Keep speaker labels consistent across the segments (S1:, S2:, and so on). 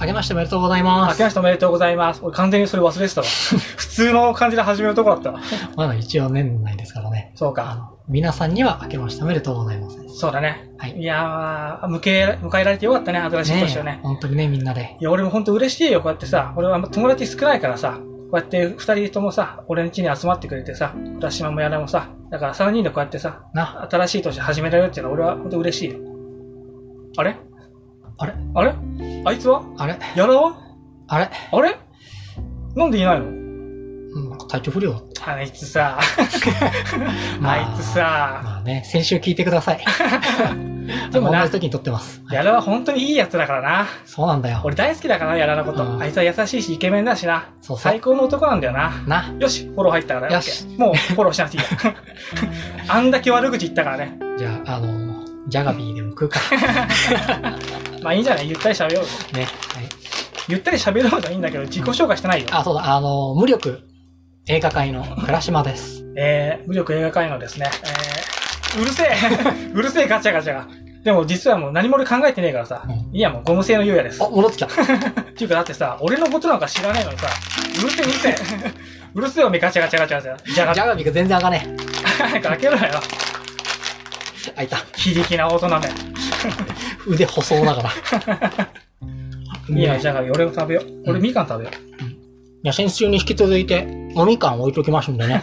S1: あけましておめでとうございま
S2: 明け
S1: す。
S2: ましておめでとうございます。俺完全にそれ忘れてたわ。 普通の感じで始めるとこだったわ。
S1: まだ一応年内ですからね。
S2: そう
S1: あ
S2: か。
S1: の、皆さんには明けましておめでとうございます。
S2: そうだね。
S1: はい。
S2: いやー、向け、迎えられてよかったね、新しい年をね。
S1: え本当にね、みんなで。
S2: いや、俺も本当嬉しいよ、こうやってさ。俺は友達少ないからさ。こうやって二人ともさ、俺ん家に集まってくれてさ、浦島もやらもさ。だから三人でこうやってさ、
S1: な、
S2: 新しい年始められるっていうのは俺は本当嬉しいよ。あれ
S1: あれ
S2: あれあいつは
S1: あれ
S2: やらは
S1: あれ
S2: あれなんでいないの
S1: うん、体調不良。
S2: あいつさ、
S1: ま
S2: あいつ。さ、
S1: まあね、先週聞いてくださ い。で
S2: でも
S1: も
S2: な
S1: 同じ時に撮ってます。
S2: やらは本当にいいやつだからな。
S1: そうなんだよ。
S2: 俺大好きだからな、やらのこ
S1: うん
S2: と。あいつは優しいし、イケメンだしな。
S1: そうそう
S2: 最高の男なんだよな。
S1: な、
S2: よし、フォロー入ったからね。
S1: よし
S2: OK もうフォローしなくていい や。あんだけ悪口言ったからね。
S1: じゃあ、あの、ジャガビーでも食うか。
S2: まあいいんじゃないゆったり喋ろうよ。
S1: ね。はい。
S2: ゆったり喋ろうとはいいんだけど、自己紹介してないよ。
S1: あ、そうだ、あの、無力映画界の倉島です。
S2: えー、無力映画界のですね、えー、うるせ えうるせえガチャガチャが。でも実はもう何も俺考えてねえからさ
S1: う。ん
S2: いやもうゴム製の優也です。
S1: あ、戻ってき た。
S2: っていうかだってさ、俺のことなんか知らないのにさ、うるせえうる せえ。うるせえおめえガチャガチャガチャガチャ。じゃが
S1: ジャガビーが全然開かね
S2: 早く開けろよ。
S1: え。開いた。
S2: 非力な大人め。
S1: 腕細だ から。
S2: いいよ、
S1: ね
S2: じゃが俺も食べよう。俺みかん食べよう。
S1: いや、先週に引き続いて、おみかん置いときますんでね。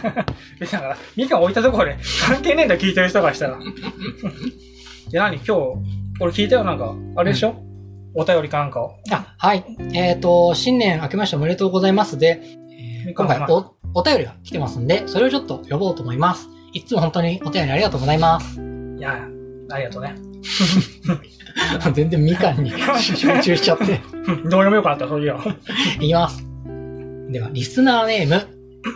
S2: で、だから、みかん置いたところで関係ねえんだよ、聞いてる人がしたら。 で、何今日、俺聞いたよ、なんか、あれでしょ、お便りかなんかを。
S1: あ、はい。えっ、と、新年明けましておめでとうございますで、えー今回お、お便りが来てますんで、それをちょっと呼ぼうと思います。いつも本当にお便りありがとうございます。
S2: いや、ありがとうね。
S1: 全然みかんに集中しちゃって。
S2: どうでもよくなった、そういうよ。
S1: いきます。では、リスナーネーム、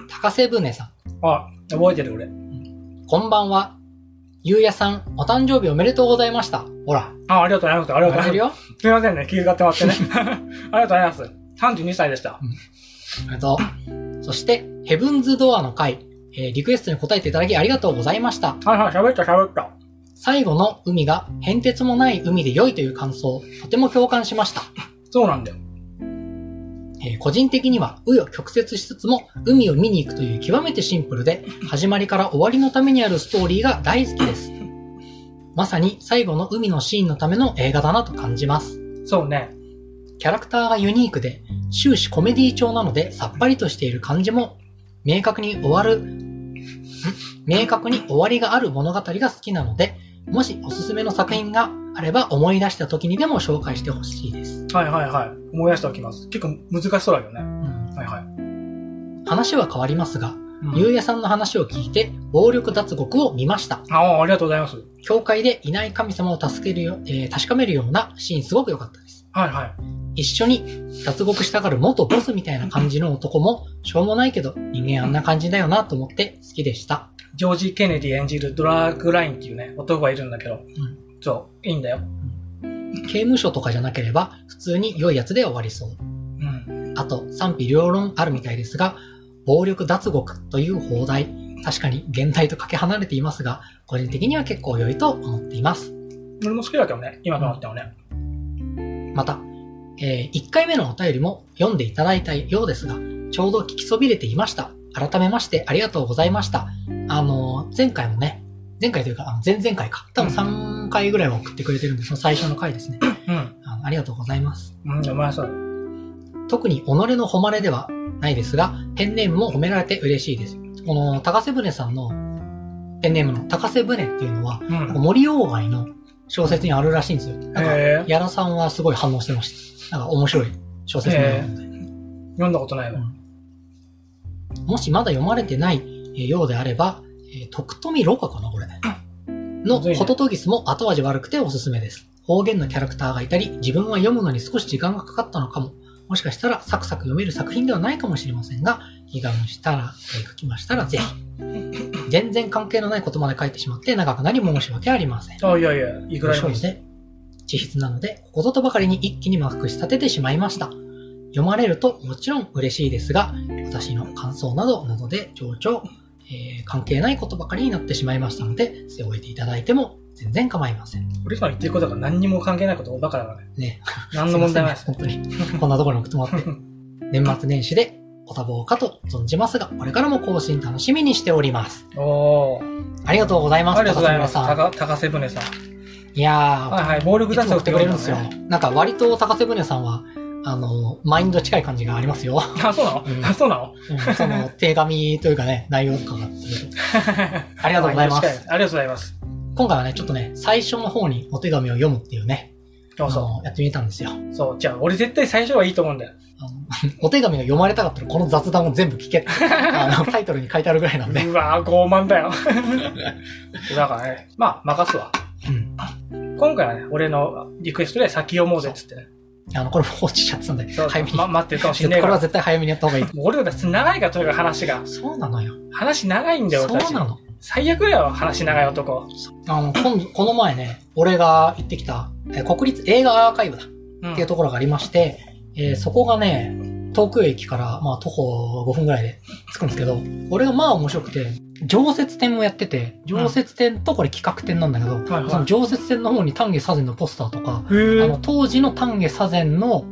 S1: 高瀬舟さん。
S2: あ、覚えてる、俺。
S1: こんばんは。ゆうやさん、お誕生日おめでとうございました。ほら、
S2: あ、ありがとう、ありがとう、ありがとう。
S1: 笑えるよ。
S2: すいませんね、気遣ってもらってね。 ありがとうございます。32歳でした。
S1: おめでとう。そして、ヘブンズドアの回、えーリクエストに答えていただきありがとうございました。
S2: はいはい、喋った、喋った。
S1: 最後の海が変哲もない海で良いという感想、とても共感しました。
S2: そうなんだよ。
S1: えー個人的には、紆余曲折しつつも、海を見に行くという極めてシンプルで、始まりから終わりのためにあるストーリーが大好きです。まさに最後の海のシーンのための映画だなと感じます。
S2: そうね。
S1: キャラクターがユニークで、終始コメディ調なのでさっぱりとしている感じも、明確に終わる、 ん明確に終わりがある物語が好きなので、もしおすすめの作品があれば思い出した時にでも紹介してほしいです。
S2: はいはいはい。思い出しておきます。結構難しそうだけどね。はいはい。
S1: 話は変わりますが、
S2: うん
S1: ゆうやさんの話を聞いて、暴力脱獄を見ました。
S2: ああ、ありがとうございます。
S1: 教会でいない神様を助けるよ、えー確かめるようなシーンすごく良かったです。
S2: はいはい。
S1: 一緒に脱獄したがる元ボスみたいな感じの男も、しょうもないけど、人間あんな感じだよなと思って好きでした。
S2: ジョージ・ケネディ演じるドラッグラインっていうね、男がいるんだけど、
S1: ん
S2: そう、いいんだよ。
S1: 刑務所とかじゃなければ、普通に良いやつで終わりそう。
S2: うん。
S1: あと、賛否両論あるみたいですが、暴力脱獄という放題。確かに現代とかけ離れていますが、個人的には結構良いと思っています。
S2: 俺も好きだけどね、今となってもね。
S1: また、えー1回目のお便りも読んでいただいたようですが、ちょうど聞きそびれていました。改めましてありがとうございました。あのー前回もね、前回というか、あの前々回か。多分3回ぐらいは送ってくれてるんで、その最初の回ですね。
S2: うん。
S1: あのありがとうございます。
S2: うん、お前さ、うん。
S1: 特に己の誉れではないですが、ペンネームも褒められて嬉しいです。この、高瀬舟さんのペンネームの高瀬舟っていうのは、森鴎外の小説にあるらしいんですよ。なんか
S2: えー、
S1: 矢田さんはすごい反応してました。なんか面白い小説のようなので、
S2: 読んだことないわ。
S1: もしまだ読まれてないえーようであれば、えー徳富ろ過かな、これ。の、
S2: むずいね
S1: ホトトギスも後味悪くておすすめです。方言のキャラクターがいたり、自分は読むのに少し時間がかかったのかも。もしかしたらサクサク読める作品ではないかもしれませんが、気がむしたら、えー書きましたらぜひ。全然関係のないことまで書いてしまって長くなり申し訳ありません。
S2: あ、いやいや、いくらでもいいです。
S1: で、地筆なので、こことばかりに一気にまくし立ててしまいました。読まれるともちろん嬉しいですが、私の感想などなどで情緒、えー関係ないことばかりになってしまいましたので、背負えていただいても全然構いません。
S2: 俺らの言ってることが何にも関係ないことばっかだからね。
S1: ね。
S2: 何の 問題もないです
S1: すいませんね本当に。こんなところに送ってもらっ て。年末年始でお多忙かと存じますが、これからも更新楽しみにしております。
S2: おー。
S1: ありがとうございます。
S2: ありがとうございます。
S1: 高瀬村
S2: 高高瀬船さん。
S1: さんいやー、
S2: はいはい。暴力
S1: いつ
S2: 団
S1: も
S2: 長
S1: 送ってくれるんですよ。なんか割と高瀬船さんは、あの、マインド近い感じがありますよ。
S2: あ、そうなの、
S1: うん
S2: あ、そう なの
S1: うんその、手紙というか ね、内容とかがすごいありがとうございま
S2: あり
S1: す。
S2: がとうございます。
S1: 今回はね、ちょっとね、最初の方にお手紙を読むっていうね、
S2: そう
S1: あ
S2: そ
S1: のやってみたんですよ。あの
S2: う。そう。じゃあ、俺絶対最初はいいと思うんだよ。
S1: お手紙が読まれたかったら、この雑談を全部聞けっ てあの、タイトルに書いてあるぐらいなんで。
S2: うわぁ、傲慢 だよ。だからね、まあ、任すわ。
S1: うん。
S2: 今回はね、俺のリクエストで先読もうぜっつってね。
S1: あの、これも放置しちゃってたんで、
S2: そう
S1: 早めに。
S2: ま、待ってるかもし
S1: ちょ
S2: れ
S1: っ
S2: な
S1: とこ
S2: いか
S1: れは
S2: ら。
S1: 絶対早めにやった方がいい。
S2: もう俺たち長いから、とにかく話が。
S1: そうなのよ。
S2: 話長いんだよ、
S1: そう
S2: 俺たち。
S1: なの。
S2: 最悪だよ、話長い男。
S1: あの、今度この前ね、俺が行ってきた、え国立映画アーカイブだ。
S2: うん
S1: っていうところがありまして、えーそこがね、東京駅から、まあ、徒歩5分ぐらいで着くんですけど、俺がまあ面白くて、常設展もやってて、常設展とこれ企画展なんだけど、
S2: はいはい
S1: その常設展の方に丹下左膳のポスターとか、
S2: へ
S1: あ
S2: ー
S1: の、当時の丹下左膳の、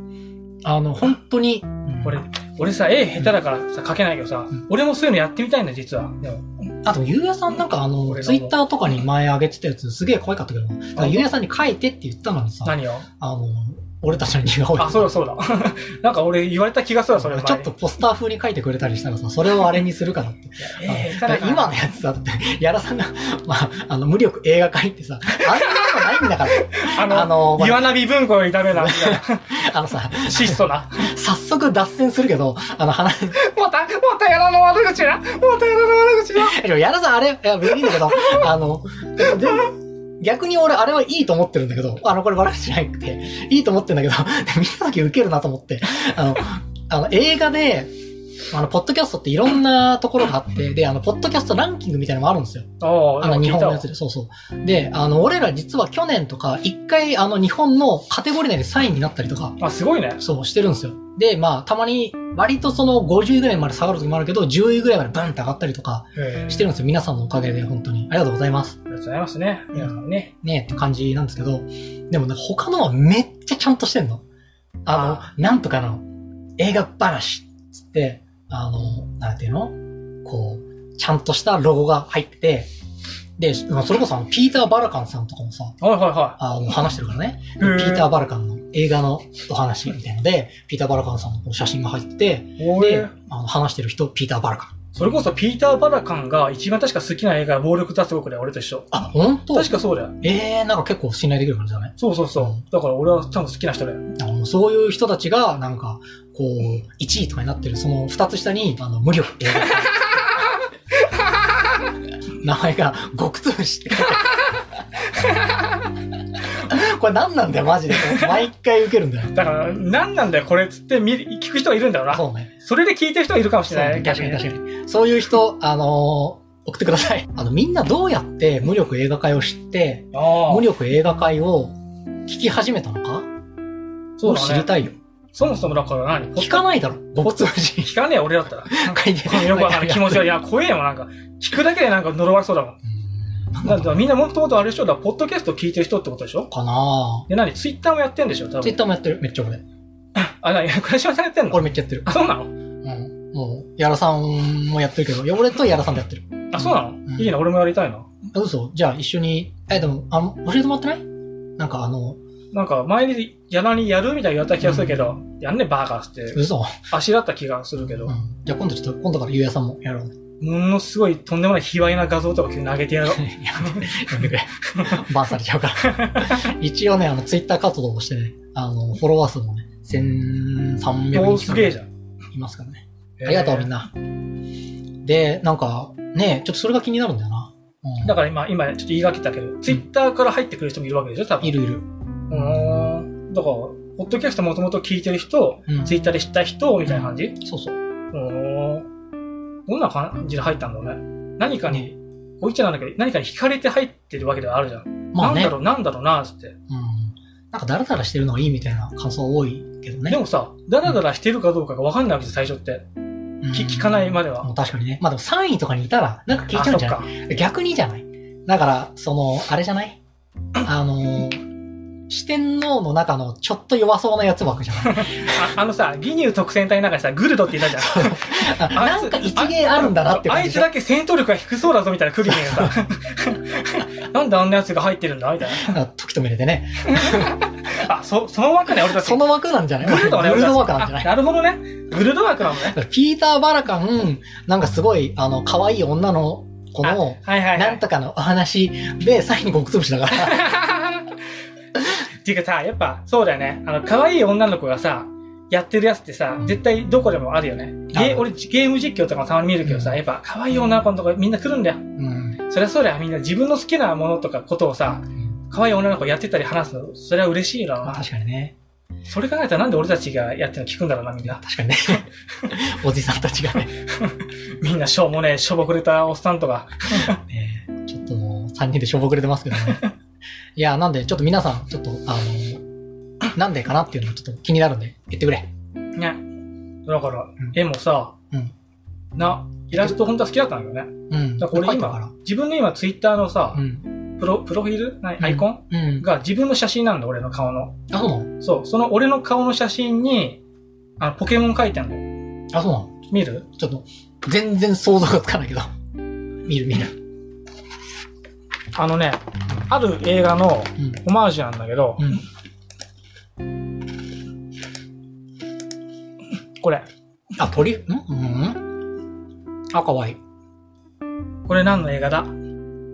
S1: あの、本当に、
S2: 俺、俺さ、絵下手だからさ、描けないけどさ
S1: うん、
S2: 俺もそういうのやってみたいんだよ、実は。でも
S1: あと、ゆうやさんなんかあの、
S2: 俺が
S1: ツ
S2: も
S1: イ
S2: う
S1: ッターとかに前上げてたやつすげえ可愛かったけど、だからゆうやさんに書いてって言ったのにさ、
S2: 何を
S1: あの、俺たちの似顔絵。
S2: あ、そうだそうだ。 なんか俺言われた気がするわ、それ。前
S1: ちょっとポスター風に書いてくれたりしたらさ、それをあれにするかなって。
S2: い
S1: あ
S2: や
S1: の
S2: 絵下手だから
S1: 今のやつだって、矢田さんが、 まあ、あの、無力映画化にってさ、あんなのないんだから。
S2: あの、
S1: あのまあ
S2: 岩波文庫よりダ メな、みたいな
S1: あのさ、
S2: 質素な。
S1: 早速脱線するけど、あの、話、
S2: また、またやらの悪口だまたやらの悪口だ
S1: でも矢田さんあれ、いや、別にいいんだけど、あの、全然逆に俺、あれはいいと思ってるんだけど、あの、これ悪口じゃなくて、いいと思ってるんだけど、 で見た時ウケるなと思って、あの、あの、映画で、あの、ポッドキャストっていろんなところがあって、で、あの、ポッドキャストランキングみたいなのもあるんですよ。
S2: おー
S1: あの、日本のや
S2: 聞
S1: つ
S2: い
S1: で、そうそう。で、あの、俺ら実は去年とか、一回、あの、日本のカテゴリー内で3位になったりとか、
S2: たわあ、すごいね。
S1: そう、してるんですよ。で、まあ、たまに、割とその50位ぐらいまで下がる時もあるけど、10位ぐらいまでバンって上がったりとか
S2: へー
S1: してるんですよ。皆さんのおかげで、本当に。ありがとうございます
S2: あ。りがとうございますね。皆さんね。
S1: ねえって感じなんですけど、でもね、他のはめっちゃちゃんとしてんの。あの、なんとかの、映画話、つって、あの、なんていうのこう、ちゃんとしたロゴが入ってて、で、まあそれこそあの、ピーター・バラカンさんとかもさ、
S2: はいはいは
S1: あの、話してるからね。
S2: い。
S1: ピーター・
S2: バ
S1: バルカンの映画のお話みたいので、ピーター・バルカンさんのこの写真が入ってて、で、あの話してる人、ピーター・バルカン。
S2: それこそピーター・バラカンが一番確か好きな映画は暴力脱獄だよ、俺と一緒。
S1: あ、本当
S2: 確かそうだよ。
S1: ええー、なんか結構信頼できる感じだね。
S2: そうそうそう。だから俺は多分好きな人だよ。
S1: あのそういう人たちが、なんか、こう、1位とかになってる、その2つ下に、あの、 無力っていう名前が、極通しって書いて あるこれ何なんだよ、マジで。毎回受けるんだよ。
S2: だから、何なんだよ、これっつって見る聞く人がいるんだよな。
S1: そうね。
S2: それで聞いてる人がいるかもし
S1: そ
S2: れ
S1: う
S2: な
S1: ね
S2: い。
S1: 確かに確かに。そういう人、あのー送ってください。あの、みんなどうやって無力映画会を知って、
S2: あ
S1: 無
S2: あ。
S1: 力映画会を聞き始めたのか
S2: そう
S1: を知り
S2: だね。
S1: たいよ。
S2: そもそもだから何
S1: 聞かないだろ、ごつし。
S2: 聞かねえ、俺だったら。
S1: 書いて
S2: このよくわかんない気持ちが、いや、怖えよ、なんか。聞くだけでなんか呪われそうだもん。
S1: うんなん
S2: だ
S1: だ
S2: ってみんなもともとあれでしょだからポッドキャスト聞いてる人ってことでしょ
S1: かな
S2: で、何ツイッターもやってんでしょ多
S1: ぁ。ツイ
S2: 分
S1: ッ。ターもやってる。めっちゃ俺。
S2: あ、 なに、倉島さんやってんの
S1: 俺めっちゃやってる。
S2: あ、そうなの
S1: うん。もう、やらさんもやってるけど、いや俺とやらさんでやってる。
S2: あ、そうなの、
S1: ん
S2: いいな、俺もやりたいな。
S1: あ嘘じゃあ一緒に、え、でも、あの、教えてもらってないなんかあの、
S2: なんか、前にやらにやるみたいに言われた気がするけど、やんね、バーガーって。
S1: 嘘。
S2: あしらった気がするけど、
S1: うん。じゃあ今度ちょっと、今度からゆうやさんもやろう。
S2: ものすごいとんでもない卑猥な画像とか急に投げてやろう。
S1: やめて、 やめてくれ。 バンされちゃう から。一応ね、あの、ツイッター活動をしてね、あの、フォロワー数もね、1300
S2: お
S1: 人
S2: ーすげえじゃ
S1: ん。
S2: ん。
S1: いますからね。ありがとう、みん
S2: な。
S1: な。で、なんか、ね、ちょっとそれが気になるんだよな。うん、
S2: だから今、今ちょっと言いがけたけど、ツイッターから入ってくる人もいるわけでしょ多分。
S1: いるいる。
S2: うーん。だから、ポッドキャストもともと聞いてる人、
S1: うん
S2: ツイッターで知った人、みたいな感じ
S1: そうそう。
S2: うーん。どんな感じで入ったんだろうね。何かに、こう言っちゃなんだけど、何かに惹かれて入ってるわけではあるじゃん。
S1: まあ
S2: なん
S1: ね、
S2: だ
S1: う
S2: ろ
S1: ん。
S2: う、なんだろうな、つって。
S1: なんか、だらだらしてるのがいいみたいな感想多いけどね。
S2: でもさ、ダラダラしてるかどうかがわかんないわけじゃん、最初って。
S1: うん
S2: き聞かないまで
S1: も
S2: は。
S1: う確かにね。まあでも3位とかにいたら、なんか聞いちゃうんじゃ
S2: あそっか
S1: ない逆にじゃないだから、その、あれじゃないあのー四天王の中のちょっと弱そうなやつ枠じゃない
S2: ああのさ、義乳特戦隊なんかさ、グルドっていたじゃん。
S1: あ
S2: あい
S1: な
S2: つ
S1: んか一芸あるんだなって
S2: あ
S1: 感
S2: あ
S1: じで
S2: いつ
S1: しょ
S2: だけ戦闘力が低そうだぞみたいなクリリン がさ、なんであんなやつが入ってるんだみたい
S1: あ時止めれてね。
S2: な。あ、そ、その枠ね、俺たち。
S1: その枠なんじゃない
S2: グルドね、
S1: グルド枠
S2: 俺
S1: なん
S2: た
S1: じゃな
S2: ち
S1: い
S2: あなるほどね。グルド枠なのね。
S1: ピーター・バラカン、なんかすごい、あの、可愛い女の子の、
S2: あはいはい、はい。
S1: なんとかのお話で、最後に極つぶしだから。
S2: っていうかさ、やっぱそうだよね。あの、可愛い女の子がさ、やってるやつってさ、絶対どこでもあるよね。
S1: あ
S2: ゲー
S1: る
S2: 俺、ゲーム実況とかもたまに見るけどさ、
S1: うん
S2: やっぱ可愛い女の子のとこみんな来るんだよ。
S1: うん。
S2: そりゃそうだよ。みんな自分の好きなものとかことをさ、可愛い女の子やってたり話すの、それは嬉しいだろう
S1: まあ
S2: な。
S1: 確かにね。
S2: それ考えたらなんで俺たちがやってるの聞くんだろうな、みんな。
S1: 確かにね。 おじさんたちがね。
S2: みんなしょうもねえ、しょぼくれたおっさんとか。
S1: ねちょっともう、3人でしょぼくれてますけどね。いや、なんで、ちょっと皆さん、ちょっと、あの、なんでかなっていうのちょっと気になるんで、言ってくれ。
S2: ね。だから、
S1: ん
S2: 絵もさ、
S1: うん
S2: な、イラスト本当は好きだったんだよね。
S1: うん。
S2: だから俺
S1: 書いたから
S2: 今、自分の今ツイッターのさ、
S1: うん。
S2: プロ、プロフィールなアイコン、
S1: うん。
S2: が自分の写真なんだ、俺の顔の。
S1: あ、そうなの
S2: そう、その俺の顔の写真に、あの、ポケモン書いてあるのよ。
S1: あ、そうなの
S2: 見る
S1: ちょっと、全然想像がつかないけど。見る見る。
S2: あのね、ある映画の
S1: うん。
S2: オマージュなんだけど、
S1: うん。
S2: これ。
S1: あ、鳥んうんあ、かわいい。
S2: これ何の映画だ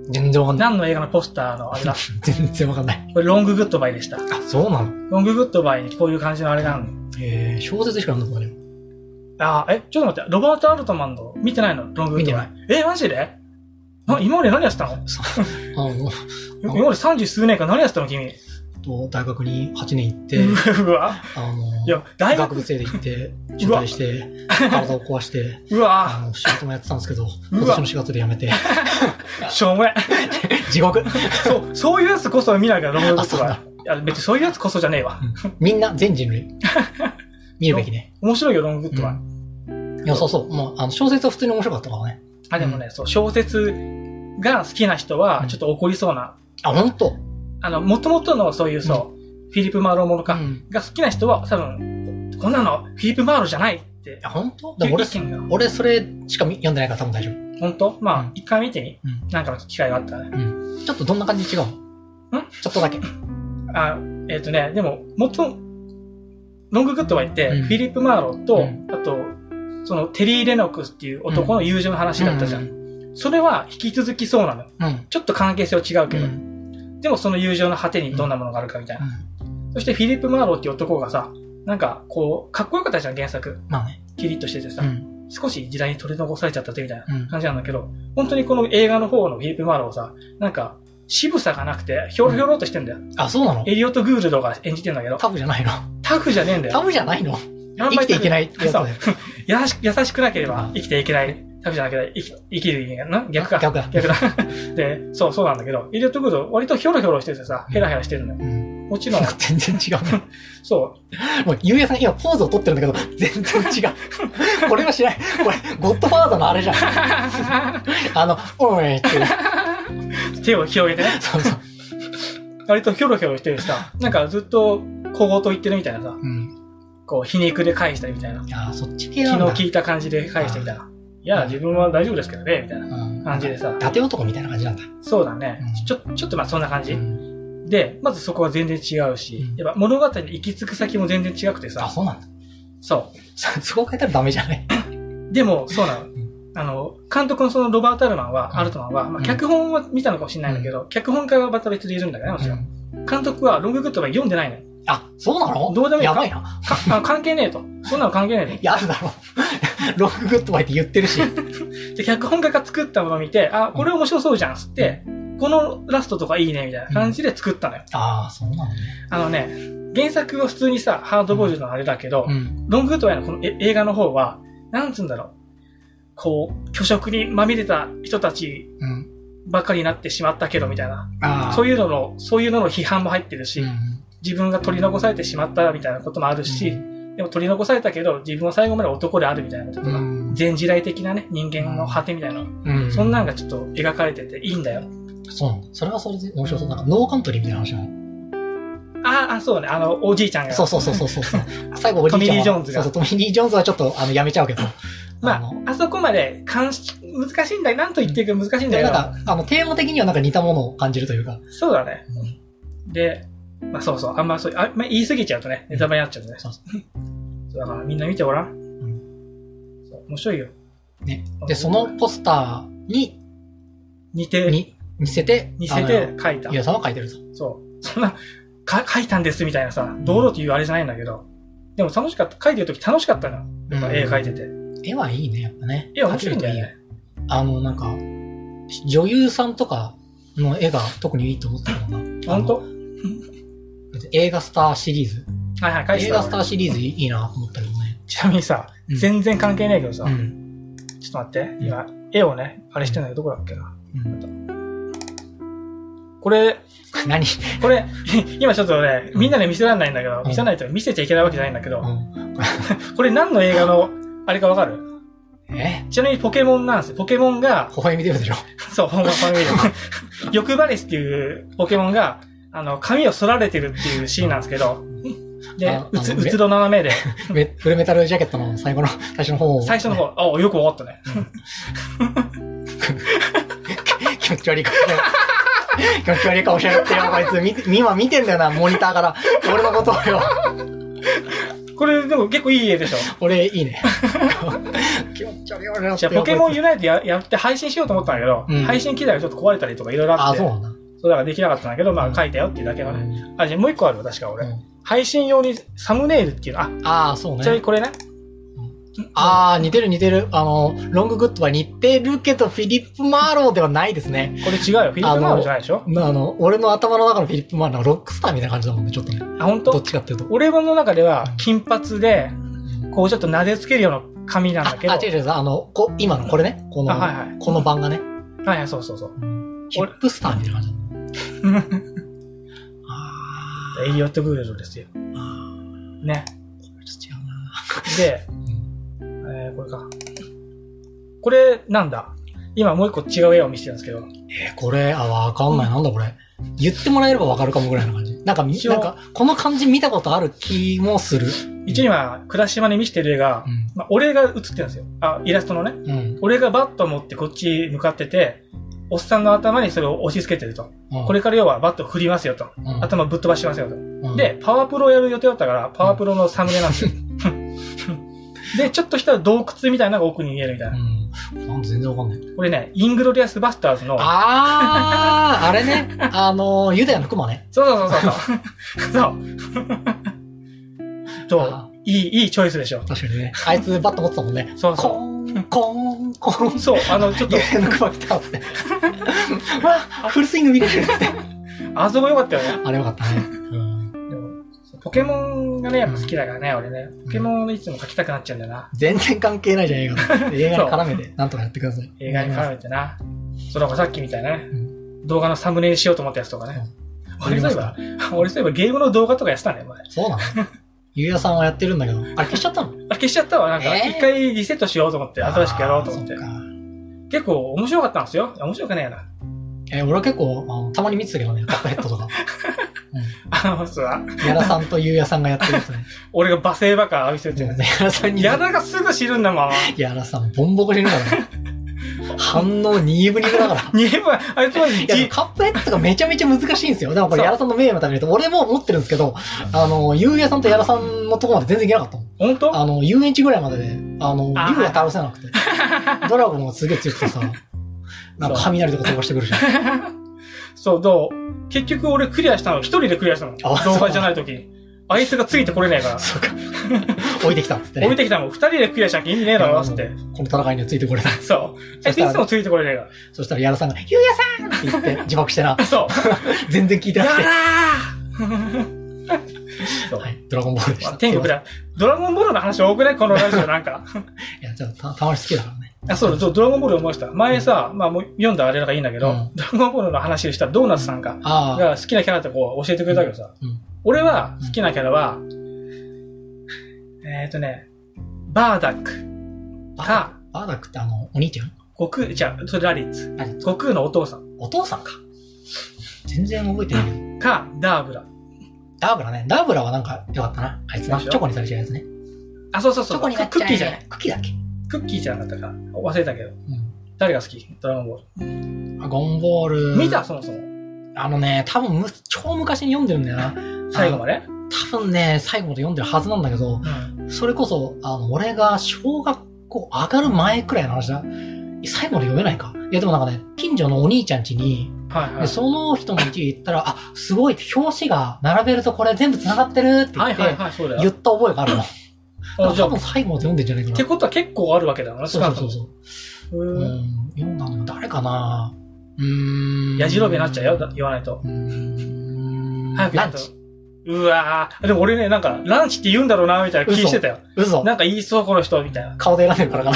S1: 全然わかんない。
S2: 何の映画のポスターのあれだ
S1: 全然わかんない。
S2: これロンググッドバイでした。
S1: あ、そうなの
S2: ロンググッドバイにこういう感じのあれなのよ。
S1: えー、小説しか読んだことないよ。
S2: あー、え、ちょっと待って、ロバート・アルトマンの見てないのロンググッドバイ。え、マジでな今まで何やってたの
S1: あの、
S2: 今まで三十数年間何やってたの君。
S1: と大学に8年行って、
S2: うわ。
S1: あの、
S2: いや、大
S1: 学
S2: 学、
S1: 部生で行って、中退して、体を壊 して、あ
S2: うわ
S1: の、仕事もやってたんですけど、
S2: うわ
S1: 今年の4月で辞め て、
S2: しょうもない。
S1: 地獄。
S2: そう、そういうやつこそ見なきゃロンググ
S1: あ、
S2: ッド
S1: そう
S2: バイ
S1: だ。。
S2: いや、別にそういうやつこそじゃねえわ。
S1: みんな、全人 類。見るべきね。
S2: 面白いよ、ロンググッドは。
S1: ういや、そうそう。もう、あの、小説は普通に面白かったからね。
S2: あ、でもね、そう、小説が好きな人
S1: う
S2: は
S1: ん、
S2: ちょっと怒りそうな。
S1: あ、ほんと
S2: あの、元々のそういう、そう、フィリップ・マーローもの
S1: う
S2: か、
S1: ん。
S2: が好きな人は、多分、こんなの、フィリップ・マーローじゃないって
S1: あ、、ほんと
S2: いう
S1: 俺
S2: 意、見が。
S1: 俺、それしか見読んでないから多分大丈夫。
S2: 本当
S1: う
S2: ま
S1: ん
S2: あ、一回見てみ
S1: うん。
S2: なんかの機会があったらね。
S1: ちょっとどんな感じ違うの
S2: ん
S1: ちょっとだけ。
S2: あ、えっとね、でも、元、ロンググッドは言って、
S1: うん
S2: フィリップ・マーロー
S1: う
S2: と
S1: ん、
S2: あと、その、テリー・レノックスっていう男の友情の話だったじゃ。
S1: うん
S2: それは引き続きそうなの。
S1: うん。
S2: ちょっと関係性は違う
S1: う
S2: けど、
S1: ん。
S2: でもその友情の果てにどんなものがあるかみたいな。そしてフィリップ・マーローっていう男がさ、なんかこう、かっこよかったじゃん、原作。
S1: まあね。
S2: キリッとしててさ、
S1: うん。
S2: 少し時代に取り残されちゃったぜみたいな
S1: うん。
S2: 感じなんだけど、本当にこの映画の方のフィリップ・マーローさ、なんか、渋さがなくて、ひょろひょろっとしてんだよ。
S1: あ、そうなの
S2: エリオット・グールドが演じてんだけど、
S1: タブじゃないの
S2: タフじゃねえんだ
S1: タ
S2: よ。
S1: ブじゃないの
S2: あん
S1: 生
S2: ま
S1: き
S2: り
S1: ていけないやつだよ
S2: そう。優し優しくなければ生きていけない。タフじゃなければ生き生きる意味がな逆か。
S1: 逆だ。
S2: 逆だ。 で、そう、そうなんだけど、エリオット・グールド、割とひょろひょろしててさ、ヘラヘラしてるのよ。
S1: うん。
S2: もちろん、
S1: 全然違うね。
S2: そ
S1: もう、ゆうやさん今ポーズを取ってるんだけど、全然違う。これはしない。これ、ゴッドファーザーのあれじゃん。
S2: う。
S1: あの、おいっていう。
S2: 手を広げてね、
S1: そうそう。
S2: 割とひょろひょろしてるしさ、なんかずっと小言言ってるみたいなさ、
S1: うん。
S2: こう、皮肉で返したりみたいな。
S1: あー、そっち系なんだ。
S2: 昨日聞いた感じで返してみたいな。いや、自分は大丈夫ですけどね、みたいな
S1: うん
S2: 感じでさ
S1: 伊。達男みたいな感じなんだ。
S2: そうだね
S1: うん。
S2: ちょ、ちょっとまあそんな感じ
S1: う。ん
S2: で、まずそこは全然違うし
S1: うん、
S2: やっぱ物語の行き着く先も全然違くて
S1: あ、
S2: さ、
S1: そうなんだ。
S2: そ。
S1: そそこ変えたらダメじゃないう
S2: でも、そうなの
S1: ん。
S2: あの、監督のそのロバート・アルマン
S1: うん
S2: は、アルトマンは、ま
S1: う
S2: あ、
S1: ん
S2: 脚本は見たのかもしれないんだけど、脚本家はまた別でいるんだけどね、もちろん。監督はロンググッドバイ読んでないのよ。
S1: あ、そうなの
S2: どうでもいい
S1: やばいな。
S2: かあ関係ねえと。そんなの関係ねえ
S1: いや、あるだろ。 ロックグッドバイって言ってるし。
S2: と。で、脚本家が作ったものを見て、あ、これ面白そうじゃん、つって、このラストとかいいね、みたいな感じで作ったのよ。
S1: ああ、そうなのね。
S2: あのね、原作は普通にさ、ハードボイルドのあれだけど、
S1: うん。
S2: ロンググッドバイのこのえ映画の方は、なんつうんだろう。こう、虚飾にまみれた人たち
S1: うん。
S2: ばかりになってしまったけど、みたいな。
S1: あ
S2: そう
S1: い
S2: いうのの、そういうのの批判も入ってるし、
S1: ん、
S2: 自分が取り残されてしまったみたいなこともあるし、
S1: うん
S2: でも取り残されたけど、自分は最後まで男であるみたいなこととか、
S1: うん
S2: 全時代的なね、人間の果てみたいな、
S1: うん
S2: そんなんがちょっと描かれてていいんだよ。
S1: そうなんだ。それはそれで面白そう。なんかノーカントリーみたいな話なの。
S2: ああ、そうね。あの、おじいちゃんが。
S1: そうそうそうそうそう。 最後おじいちゃんは。
S2: トミーリージョーンズ
S1: そ
S2: が
S1: うそう、トミーリー・ジョーンズはちょっとあのやめちゃうけど。
S2: ま
S1: の
S2: あ、あそこまで監視、難しいんだよ。なんと言っていいか難しいんだ
S1: でも
S2: よ。
S1: なんか、あの、テーマ的にはなんか似たものを感じるというか。
S2: そうだね。で、まあそうそう。あんまそう、あんま言い過ぎちゃうとね、ネタバレになっちゃうとね。
S1: そう
S2: そうだからみんな見てごらん。そう面白いよ。
S1: ね。で、そのポスターに、
S2: 似て、似
S1: に、似せて、
S2: せて書い
S1: あ
S2: た
S1: の、ゆ。うさんは書いてると。
S2: そう。そんな、か書いたんですみたいなさ、堂々と言うあれじゃないんだけど。でも楽しかった。書いてるとき楽しかったな。
S1: うん
S2: 絵描いてて。
S1: 絵はいいね、やっぱね。
S2: 絵面白いんだよ
S1: 描ける
S2: ね。
S1: といいよあの、なんか、女優さんとかの絵が特にいいと思ったもんな。
S2: 本
S1: あ
S2: 当
S1: の映画スターシリーズ。
S2: はいはい、書い
S1: 映
S2: て
S1: 画スタ
S2: た。
S1: ーシリーズいいなと思ったけどね。
S2: ちなみにさ、
S1: うん
S2: 全然関係ないけどさ、
S1: うん。
S2: ちょっと待って、今、絵をね、あれしてんだけど、どこだっけな。
S1: うん
S2: これ、
S1: 何
S2: これ、 今ちょっとね、みんなで見せられないんだけど
S1: ん、
S2: 見せないと見せちゃいけないわけじゃないんだけ
S1: う
S2: ど、
S1: ん
S2: これ何の映画の、あれかわかる
S1: え
S2: ちなみにポケモンなんですよ。ポケモンが、
S1: 微笑み出るでしょ
S2: そう、ほんま、ほんまに 欲張りすっていうポケモンが、あの、髪を剃られてるっていうシーンなんですけど、で
S1: あ、
S2: うつ、
S1: あの
S2: うつど斜めで、
S1: めフルメタルジャケットの最 後の、最初の方を。
S2: 最初の方、あ、よくわかったね。
S1: 気持ち悪い顔 しやがって。気持ち悪い顔しやがってよ、こいつ。み今見てんだよな、モニターから。俺のことをよ。
S2: これ、でも結構いい絵でしょ。
S1: 俺、 いいね。気持ち悪い俺の
S2: じゃあポケモン
S1: よ。
S2: ユナイトややって配信しようと思ったんだけど、
S1: うん
S2: 配信機材がちょっと壊れたりとかいろいろあ
S1: あ、
S2: って、
S1: そう
S2: そう
S1: なんだ。
S2: だからできなかったんだけど、まあ書いたよっていうだけのね。あ、じゃあもう一個あるわ、確か俺。
S1: うん
S2: 配信用にサムネイルっていうの、あ、
S1: ああ、そう
S2: ちなみに
S1: ね。
S2: これね。
S1: ああ、似てる似てる。あの、ロンググッドは似てるけど、フィリップ・マーローではないですね。
S2: これ違うよ。フィリップ・マーロじゃないでしょ
S1: まああの、俺の頭の中のフィリップ・マーローはロックスターみたいな感じだもんね、ちょっとね。
S2: あ、本
S1: どっ
S2: 当？
S1: ちかっていうと。
S2: 俺の中では金髪で、こうちょっと撫でつけるような髪なん
S1: あ
S2: だけど。
S1: あ、違う違う、あの、こ今のこれね。この、
S2: あはいはい
S1: この版がね。
S2: はいはい、そうそうそう。
S1: ヒップスターみたいな感じだもん。あ
S2: エリオット・グールドですよ。
S1: ーあ
S2: ね。
S1: ー、ちょっと違うな。
S2: で、えー、これか。これ、なんだ今もう一個違う絵を見せてるんですけど。
S1: えーこれ、あ、わかんない。なんだこれ。言ってもらえればわかるかもぐらいの感じ。なんか、み
S2: 一応
S1: なんか、この感じ見たことある気もする。
S2: 一応今、倉島に見せてる絵が
S1: う、ん。
S2: まあ、俺が映ってるんですよ。あ、イラストのね。
S1: うん。うん
S2: 俺がバット持ってこっち向かってて、おっさんの頭にそれを押し付けてると。こ、れから要はバット振りますよと。
S1: うん、
S2: 頭ぶっ飛ばしますよと。
S1: うん、
S2: で、パワープロやる予定だったから、パワープロのサムネなんですよ。 で、ちょっとした洞窟みたいなのが奥に見えるみたいな。
S1: うん。なんか全然わかんない。
S2: これね、イングロリアスバスターズの、
S1: あー、あれね。あのー、ユダヤのクマね。
S2: そうそうそうそう。そう。そう
S1: あ。
S2: いい、いいチョイスでしょ。
S1: 確かにね。あいつバット持ってたもんね。
S2: そう
S1: コ
S2: そ
S1: ーン、コーン、コーン
S2: う。。そう、あの、ちょっと
S1: ゆ、うのクマ来たって。わあ、フルスイング見れるって。
S2: あそこ良かったよね。
S1: あれよかったね。うん、
S2: でもポケモンがね、やっぱ好きだからね、俺ね。ポケモンをいつも描きたくなっちゃうんだよな。
S1: 全然関係ないじゃん、映画と。映画に絡めて、なんとかやってください。
S2: 映画に絡めてな。そうだからさっきみたいなね
S1: う、
S2: 動画のサムネにしようと思ったやつとかね。
S1: わか
S2: 俺
S1: り
S2: そ
S1: ま
S2: ういえ
S1: し
S2: ば
S1: た、
S2: 俺そういえばゲームの動画とかやってたね、前。
S1: そうなのゆうやさんはやってるんだけど、あれ消しちゃったの
S2: あれ消しちゃったわ。なんか、
S1: えー
S2: 一回リセットしようと思って、新しくやろうと思って
S1: あー。そか
S2: 結構面白かったんですよ。いや面白くないよな。
S1: えー俺は結構、あのたまに見てたけどね、カップヘッドとか。
S2: あの、そうだ
S1: 矢田さんとゆうやさんがやってるやつ ね。
S2: 俺が罵声ばっか浴びせて
S1: でも
S2: る。
S1: ね矢田さんに、
S2: 矢田がすぐ知るんだもん。
S1: 矢田さん、ボンボコにいるから ね。反応ニーブニブだから。
S2: 二分、あいつまで
S1: いや、
S2: じ、
S1: カップヘッドとかめちゃめちゃ難しいんですよ。でもこれ、
S2: そう
S1: 矢田さんの名誉のために言うと、俺も持ってるんですけど、あの、ゆうやさんと矢田さんのとこまで全然行けなかったもん。
S2: 本当
S1: あの、遊園地ぐらいまでで、あの、竜
S2: あー
S1: が倒せなくて。ドラゴンがすげえ強くてさ、なんか雷とか飛ばしてくるじ ゃん。
S2: そう、どう結局俺クリアしたの、一人でクリアしたの。
S1: あ
S2: 動画じゃない時に。あいつがついてこれないから。
S1: そうか。置いてきたっつってね。
S2: 降りてきたもん。二人でクリアしなきゃ意味ねえだろ、つって。
S1: この戦いにはついてこれない。
S2: そう。
S1: そ
S2: あい
S1: し
S2: つ
S1: たら
S2: いつもついてこれないか
S1: そしたら矢田さんが、ゆうやさんって言って自爆してな
S2: ら。、そう。
S1: 全然聞いて
S2: や
S1: なくて。
S2: だーそう
S1: はい、ドラゴンボールでし
S2: ま
S1: た。
S2: あ天国だ。ドラゴンボールの話多くないこのラジオなんか。
S1: すいません。いや、じゃあ、たたまに好きだからね。
S2: あ、そうだ、そうドラゴンボール思いました。前さ、まあもう読んだあれだからいいんだけど、
S1: うん
S2: ドラゴンボールの話をしたらドーナツさんが、
S1: ああ、
S2: が好きなキャラってこう教えてくれたけどさ、
S1: うん
S2: 俺は好きなキャラは、えっ、ー、とね、バーダックか、
S1: バーダックってあの、お兄ちゃん
S2: 悟空、じゃあ、それラリッツ。
S1: 何
S2: 悟空のお父さん。
S1: お父さんか。全然覚えてないけど。
S2: か、ダーブラ。
S1: ダーブラね。ダーブラはなんかよかったな。あいつな。
S2: で
S1: チ
S2: し
S1: ョ
S2: ょ
S1: コにされちゃうやつね。
S2: あ、そうそうそう。
S1: な
S2: ク
S1: っち
S2: ク
S1: ゃ
S2: ッ
S1: う
S2: キーじゃない。
S1: クッキーだっけ
S2: クッキーじゃなかったか。忘れたけど。
S1: う
S2: 誰が好きドラゴンボー
S1: ん。あゴンボール。
S2: ル。見たそもそも。
S1: あのね、多分む超昔に読んでるんだよな。
S2: 最後まで。
S1: 多分ね、最後まで読んでるはずなんだけど、
S2: うん。
S1: それこそ、あの、俺が小学校上がる前くらいの話だ。え最後まで読めないか。いや、でもなんかね、近所のお兄ちゃん家に、
S2: はいは
S1: で
S2: い。
S1: その人の家行ったら、あ、すごいって、表紙が並べるとこれ全部繋がってるって言
S2: は
S1: っ
S2: い
S1: て、
S2: はいはい、そうだ
S1: 言
S2: よ
S1: っ。た覚えがあるの。
S2: あじゃ
S1: 多
S2: あ、
S1: 分最後まで読んでんじゃないか
S2: っ
S1: な。
S2: てことは結構あるわけだよな、
S1: そうそうそうそう。
S2: う。
S1: うんん、読んだの誰かなうーん。
S2: やじろべになっちゃうよ、だ言わないと。
S1: うーん。
S2: 早くや
S1: ラ
S2: る
S1: ン
S2: と
S1: チ。。
S2: うわぁ。でも俺ね、なんか、ランチって言うんだろうな、みたいな気してたよ。
S1: 嘘。
S2: なんか言いそう、この人、みたいな。
S1: 顔で選んでるからか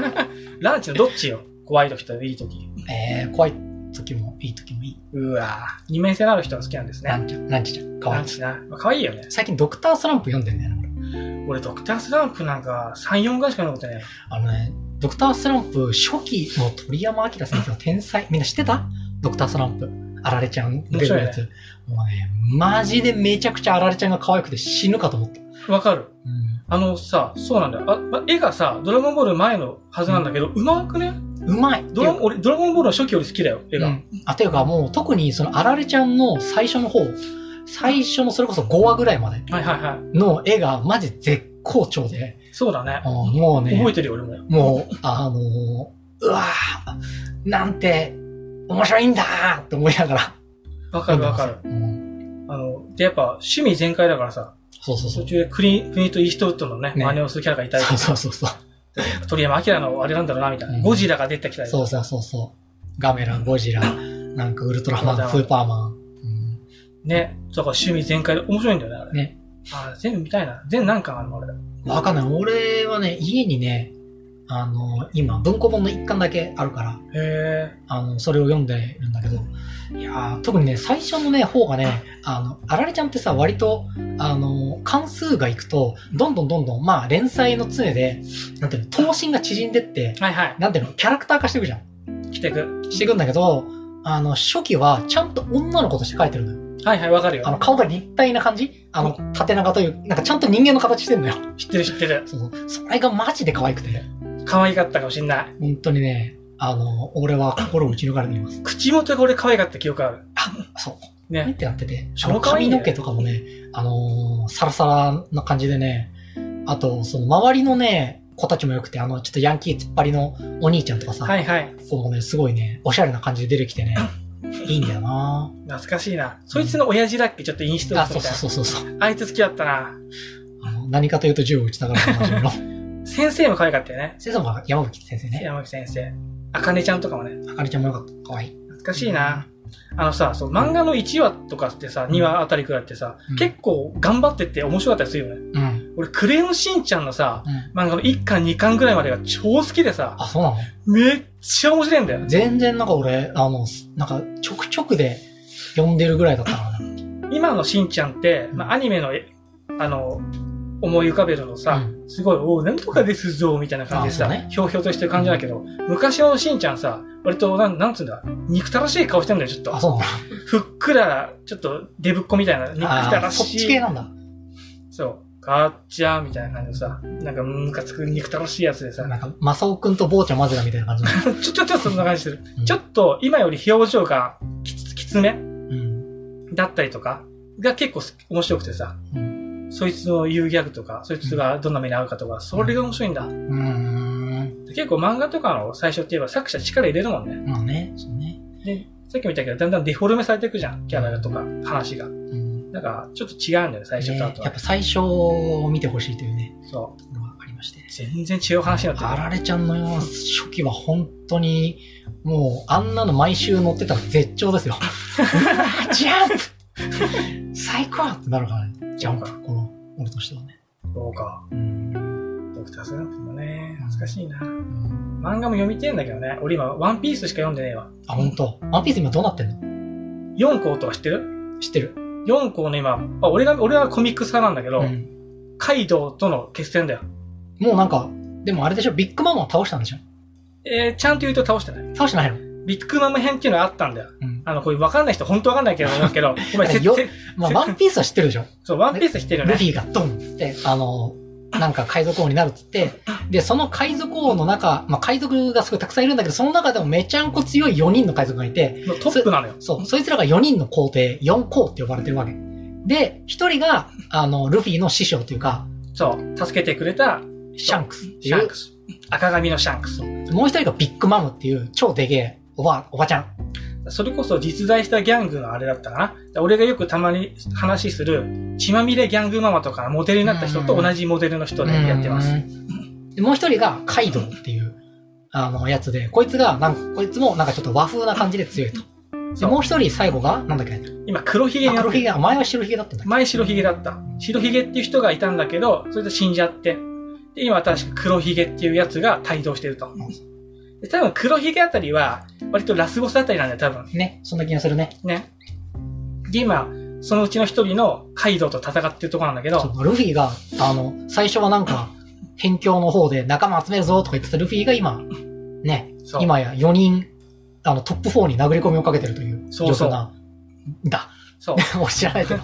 S1: な。
S2: ランチのどっちよ怖い時といい時。
S1: えー、怖い時もいい時もいい。
S2: うわぁ。二面性のある人が好きなんです
S1: ラ
S2: ね。
S1: ンチゃん、ランチちゃん。かわ
S2: ラ
S1: い
S2: ン
S1: い。
S2: チな。まあ可愛いよね。
S1: 最近ドクタースランプ読んでんだよね。俺
S2: 俺、ドクタースランプなんか、3、4回しか読んだことない。
S1: あのね、ドクタースランプ初期の鳥山明先生の天才、みんな知ってたドクタースランプ。あられちゃん出てるやつ。もうね、マジでめちゃくちゃあられちゃんが可愛くて死ぬかと思った。
S2: わかる。
S1: う
S2: あのさ、そうなんだよ。あま絵がさ、ドラゴンボール前のはずなんだけど、うまくね
S1: ん。うまい。
S2: ドラゴン俺、ドラゴンボールの初期より好きだよ、絵
S1: う
S2: が。
S1: ん、あていうかもう特にそのあられちゃんの最初の方最初のそれこそ5話ぐらいまで
S2: はいはいはい。
S1: の絵がマジ絶好調で、
S2: そうだね
S1: あ。もう
S2: 覚え
S1: ね
S2: てるよ、俺も。
S1: もうあのーうわーなんて面白いんだーって思いながら
S2: わかるわかる
S1: 読ん。でますうん
S2: あの、で、やっぱ、趣味全開だからさ、
S1: そうそうそ
S2: 途
S1: う
S2: 中でクリクリント・イーストウッドのね、
S1: ね
S2: 真似をするキャラがいたり、
S1: そうそうそうそう
S2: 鳥山明のあれなんだろうな、みたいな。
S1: うん
S2: ゴジラが出てきたりと
S1: そ
S2: か
S1: うそうそうそうガメラゴジラなんかウルトラマンスーパーマン、うん
S2: ね。だから趣味全開で面白いんだよね、あれ。
S1: ね
S2: あ全部見たいな。全何巻あるの、あれ。
S1: わかんない俺はね家にねあのー今文庫本の一巻だけあるから
S2: へ
S1: あの、それを読んでるんだけど、いやー特にね、最初のね、方がね、あの、あられちゃんってさ、割と、あの、関数がいくと、どんどんどんどん、まあ、連載の常で、なんていうの、等身が縮んでって、
S2: え。はいはい。
S1: なんていうの、キャラクター化していくじゃん。
S2: 来てく。
S1: していくんだけど、あの、初期は、ちゃんと女の子として描いてるのよ。
S2: はいはい、わかる
S1: あの、
S2: よ。
S1: 顔が立体な感じあの、縦長という、なんかちゃんと人間の形してんのよ。
S2: 知ってる知ってる。
S1: そうそう。それがマジで可愛くて、
S2: 可愛かったかもしんない。
S1: 本当にね、あの、俺は心を打ち抜かれています。
S2: 口元が俺可愛かった記憶ある。
S1: そう。ねっ
S2: ね。
S1: てなってて、
S2: 超
S1: あの
S2: 可愛い
S1: 髪
S2: ね
S1: の毛とかもね、あのーサラサラな感じでね、あと、その周りのね、子たちも良くて、あの、ちょっとヤンキー突っ張りのお兄ちゃんとかさ、
S2: はいはい。
S1: 子もね、すごいね、おしゃれな感じで出てきてね、いいんだよな
S2: 懐かしいな。そいつの親父だっけちょっとインスト
S1: あ、
S2: ー
S1: そ
S2: み
S1: う
S2: たいな。
S1: そうそうそう。
S2: あいつ好きだったな。
S1: あの何かというと銃を撃ちながら話してみろ。
S2: 先生も可愛かったよね。
S1: 先生も山吹先生ね。
S2: 山口先生。あかねちゃんとかもね。
S1: あかりちゃんも良かった。かわいい。
S2: 懐かしいな。あのさ、そう、漫画の1話とかってさ、2話あたりくらいってさ、
S1: うん
S2: 結構頑張ってって面白かったりするよね。
S1: うん。うん。
S2: 俺、クレヨンしんちゃんのさ、漫画の1巻2巻くらいまでが超好きでさ、
S1: あ、そうなの
S2: めっちゃ面白いんだよ。
S1: 全然なんか俺、あの、なんかちょくちょくで読んでるぐらいだったからね。
S2: 今のしんちゃんって、まあ、アニメの、えあの、思い浮かべるのさ、
S1: う
S2: すごい、おうなんとかですぞ、みたいな感じで
S1: あ
S2: さ、
S1: そうね
S2: ひょうひょうとしてる感じだけど、昔のしんちゃんさ、割と、なん、なんつうんだ、憎たらしい顔してんだよ、ちょっと
S1: あ、。そうなの
S2: ふっくら、ちょっと、デブっ子みたいな、憎た
S1: あ
S2: ら
S1: ーそっ
S2: し
S1: ち
S2: い
S1: 系。なんだ。
S2: そう。ガッチャーみたいな感じのさ、なんか、ムカつく憎たらしいやつでさ、
S1: なんか、マサオくんと坊ちゃん混ぜたみたいな感じの。
S2: ちょ、ちょ、ちょ、そんな感じする
S1: うん。
S2: ちょっと、今より表情がきつ、きつめ
S1: うん。
S2: だったりとか、が結構す面白くてさ、
S1: うん。
S2: そいつの言うギャグとか、そいつがどんな目に遭うかとか、それが面白いんだ。
S1: うん。
S2: 結構漫画とかの最初って言えば作者力入れるもんね。
S1: まあね、そうね。
S2: で、さっきも言ったけど、だんだんデフォルメされていくじゃん。キャラとか話が。
S1: うん。
S2: だから、ちょっと違うんだよね、最初
S1: ね
S2: と
S1: やっ
S2: 後は
S1: ぱ。最初を見てほしいというね、
S2: そう。
S1: のがありまして。
S2: 全然違う話になってる
S1: あられちゃんの初期は本当に、もう、あんなの毎週乗ってたら絶頂ですよ。 ジャンプ最高ってなるからね。ジャンプ、この、俺としてはね。
S2: そうか。
S1: うん。
S2: ドクタースランプもね、懐かしいな。漫画も読みてえんだけどね。俺今、ワンピースしか読んでねえわ。
S1: あ、本当。ワンピース今どうなってんの
S2: 4校とか知ってる
S1: 知ってる。
S2: ?4 校の今、あ俺が、俺はコミックス派なんだけど、
S1: うん
S2: カイドウとの決戦だよ。
S1: もうなんか、でもあれでしょ、ビッグママを倒したんでしょ
S2: えー、ちゃんと言うと倒してない。
S1: 倒してないの
S2: ビッグマム編っていうのがあったんだよ。
S1: うん。
S2: あの、これ分かんない人、本当分かんないけど、思う けど、ごめん、せ
S1: よ
S2: せ
S1: まあ、ワンピースは知ってるでしょ。
S2: そう、ワンピースしてるよ
S1: ル
S2: ね
S1: フ。ィがドンっつって、あの、なんか海賊王になるっつって、で、その海賊王の中、まあ、海賊がすごいたくさんいるんだけど、その中でもめちゃんこ強い4人の海賊がいて、
S2: のトップなのよ。
S1: そう、そいつらが4人の皇帝、4皇って呼ばれてるわけ。で、1人が、あの、ルフィの師匠というか、
S2: そう、助けてくれた、
S1: シャンクスってい
S2: シャン
S1: う
S2: ク、ス。赤髪のシャンクス。
S1: もう1人がビッグマムっていう超でげえ、おば、おばちゃん。
S2: それこそ実在したギャングのあれだったかな。俺がよくたまに話する、血まみれギャングママとかモデルになった人と同じモデルの人でやってます。
S1: うんでもう1人がカイドウっていう、あの、やつで、こいつが、なんか、こいつもなんかちょっと和風な感じで強いと。で、
S2: そう
S1: もう1人最後が、なんだっけ、
S2: 今黒ひげ
S1: あ
S2: になっ
S1: 黒
S2: て
S1: ひ
S2: る。
S1: げが前は白ひげだったんだっ
S2: 前白ひげだった。白ひげっていう人がいたんだけど、それで死んじゃって。で、今確か黒ひげっていうやつが帯同してると。で、多分黒ひげあたりは、割とラスボスあたりなんだよ、多分。
S1: けね。そんな気がするね。
S2: ね。で、今、そのうちの一人のカイドウと戦ってるとこなんだけど、
S1: そうルフィが、あの、最初はなんか、辺境の方で仲間集めるぞとか言ってたルフィが今、ね、
S2: そう
S1: 今や4人、あの、トップ4に殴り込みをかけてるという状
S2: そうそ
S1: 況
S2: う
S1: なんだ。
S2: そう。
S1: もう知らないけど。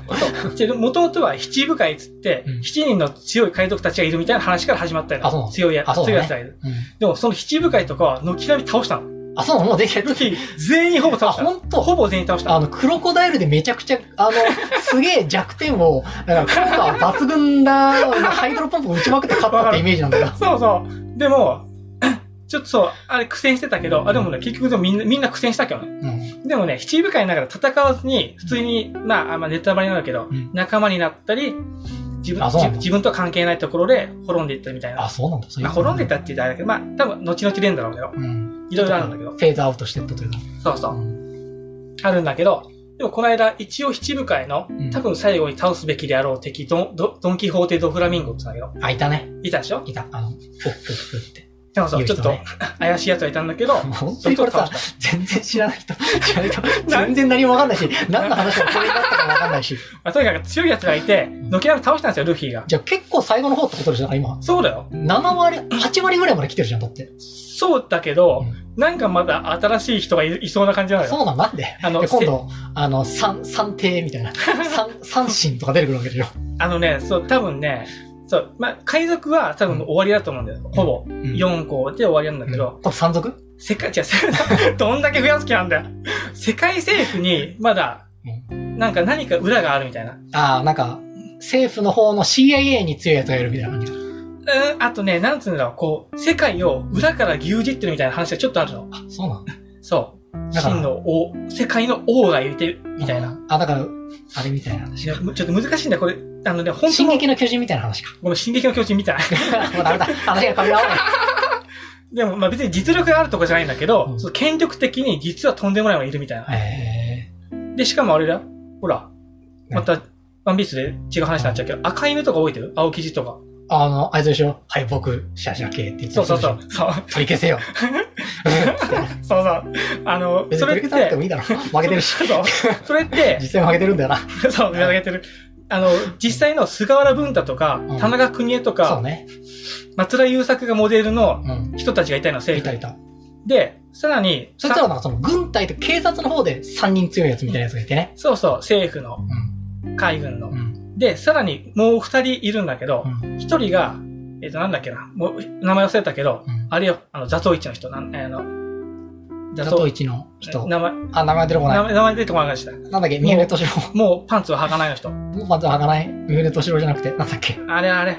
S2: もともとは七部会っつって、
S1: うん
S2: 七人の強い海賊たちがいるみたいな話から始まったよ
S1: あそうなの
S2: 強いや
S1: あそう
S2: 強
S1: だね
S2: いやつがいる。
S1: うん
S2: でもその七部会とかは軒並み倒 したの。
S1: あ、そうなのもうできて
S2: ルフィ全員ほぼ
S1: あ、
S2: 倒した。
S1: ほんと
S2: ほぼ全員倒した。
S1: あの、クロコダイルでめちゃくちゃ、あの、すげえ弱点を、なんか効果は抜群だ、ハイドロポンプを打ちまくって勝ったってイメージなんだよ。
S2: そうそう。でも、 ちょっとそう、あれ苦戦してたけど、あ、でもね、結局でもみんな、みんな苦戦したけどね。
S1: うん。
S2: でもね、七部会ながら戦わずに、普通に、まあ、あんまネタバレになるけ
S1: う
S2: ど、
S1: ん
S2: 仲間になったり、自分
S1: あそうなんだ
S2: 自分とは関係ないところで滅んでいったみたい
S1: あ、
S2: な。
S1: そうなんだ。そうい
S2: ま
S1: う
S2: あ、
S1: こと
S2: 滅んでいったって言ったらあれだけど、まあ、多分、後々出るんだろうけど、
S1: うん。
S2: いろいろあるんだけど
S1: フ。ェードアウトしてったというか。
S2: そうそうう。
S1: ん
S2: あるんだけど、でもこの間、一応七部会の
S1: うん、
S2: 多分最後に倒すべきであろう敵、ドン、ドドンキホーテドフラミンゴって言うんだけ
S1: あ、いたね。
S2: ど、いたでしょ
S1: いた。あの、ふっふっふって。
S2: でもそ
S1: 言
S2: う、
S1: う
S2: ちょっ
S1: 人
S2: と
S1: ね
S2: 怪しいやつがいたんだけど、
S1: 本
S2: そ
S1: 当に
S2: いつ
S1: こ
S2: を
S1: れさ
S2: 倒、し
S1: 全然知らない人、知らない人、全然何もわかんないし、何の話がこれになったかもわかんないし。
S2: た。まあとにかく強いやつがいて、軒並み倒したんですよ、ルフィが。
S1: じゃあ結構最後の方ってことでしょだから今。
S2: そうだよ。
S1: 7割、8割ぐらいまで来てるじゃん、だって。
S2: そうだけど、なんかまだ新しい人がいいそうな感じなのよ。
S1: そうなんなんで
S2: あの
S1: で、今度、あの、三、三帝みたい な。三、三神とか出てくるわけでしょ。
S2: あのね、そう、多分ね、そう、まあ、海賊は多分もう終わりだと思うんだよ。ほぼ。
S1: ん
S2: 4校で終わりなんだけど、
S1: これ山賊
S2: 世界、違う、 世界どんだけ増やす気なんだよ。世界政府に、まだ、なんか何か裏があるみたいな。う
S1: ああ、なんか、政府の方の CIA に強いやつがいるみたいな感じだ。
S2: ーん、あとね、なんつうんだろう、こう、世界を裏から牛耳ってるみたいな話がちょっとあるの。
S1: あ、そうなんだ。
S2: そう。
S1: だから
S2: 真の王、世界の王がいてるみたいな。。
S1: あ、だから、あれみたいな話
S2: い。やむちょっと難しいんだよ、これ。あのね、本当
S1: 進
S2: の、
S1: 撃の巨人みたいな 話か。
S2: ごめん、進撃の巨人みたい な。
S1: もうダメだ。話が噛み合わない。
S2: でも、まあ別に実力があるとかじゃないんだけど、
S1: うん
S2: その権力的に実はとんでもないのがいるみたいな。
S1: え
S2: で、しかもあれだよ。ほら、
S1: うん
S2: また、ワンピースで違う話になっちゃうけど、赤犬とか覚えてる青生地とか。
S1: ー、あの、あいつでしょはい、僕、シャシャ系って言って
S2: そうそうそ
S1: でし
S2: う。そう
S1: ょ取り消せよ。
S2: そうそう。あの、
S1: 別に
S2: そ
S1: 取
S2: れっ
S1: り消
S2: て、
S1: さなくてもいいだろ。負けてるし。
S2: そうそれって
S1: 実、際負けてるんだよな。
S2: そう、やられてる。あの、実際の菅原文太とか
S1: うん、
S2: 田中邦衛と
S1: そう
S2: か、
S1: ね。
S2: 松田優作がモデルの
S1: うん。
S2: 人たちがいたの、
S1: い
S2: 政
S1: た
S2: 府
S1: いた。
S2: で、さらに、
S1: そいつら
S2: さ
S1: はなんかその軍隊と警察の方で3人強いやつみたいなやつがいてね。
S2: そうそう、政府の、
S1: うん。
S2: 海軍の
S1: う。ん。
S2: で、さらにもう二人いるんだけど
S1: う、ん。
S2: 一人が、えっと、なんだっけな、もう、名前忘れたけど、
S1: うん
S2: あれよ、あの、座頭市の人、なん、あの、
S1: ザトウイチの人。
S2: 名前、
S1: あ、名前出てこ
S2: 名
S1: な
S2: 前名前出てこなかった。
S1: い。なんだっけ三浦敏郎。
S2: もうパンツを履かないの人。
S1: もう まずはがない。三浦敏郎じゃなくて、なんだっけ
S2: あれあれ。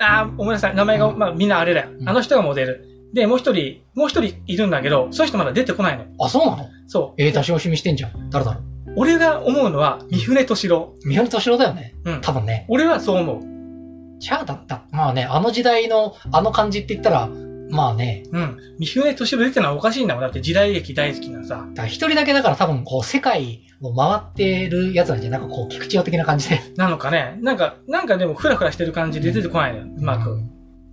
S2: あーごめんなさい。名前が、
S1: うん
S2: まあみんなあれだよ
S1: う。ん
S2: あの人がモデル。で、もう一人、もう一人いるんだけど、その人まだ出てこないの。
S1: あ、そうなの
S2: そ
S1: えー、出し惜しみしてんじゃん。誰だろう
S2: う。俺が思うのは、三船敏郎。
S1: 三浦敏郎だよね。
S2: うん。
S1: 多分ね。
S2: 俺はそう思う。
S1: じゃあだった。まあね、あの時代の、あの感じって言ったら、まあね、
S2: うん。三船敏郎出てるのはおかしいんだもん。だって時代劇大好きなさ。
S1: だから一人だけだから多分こう世界を回ってるやつなんじゃないなんかこう菊池用的な感じで。
S2: なのかね。なんか、なんかでもフラフラしてる感じで出てこないのよ。うまく。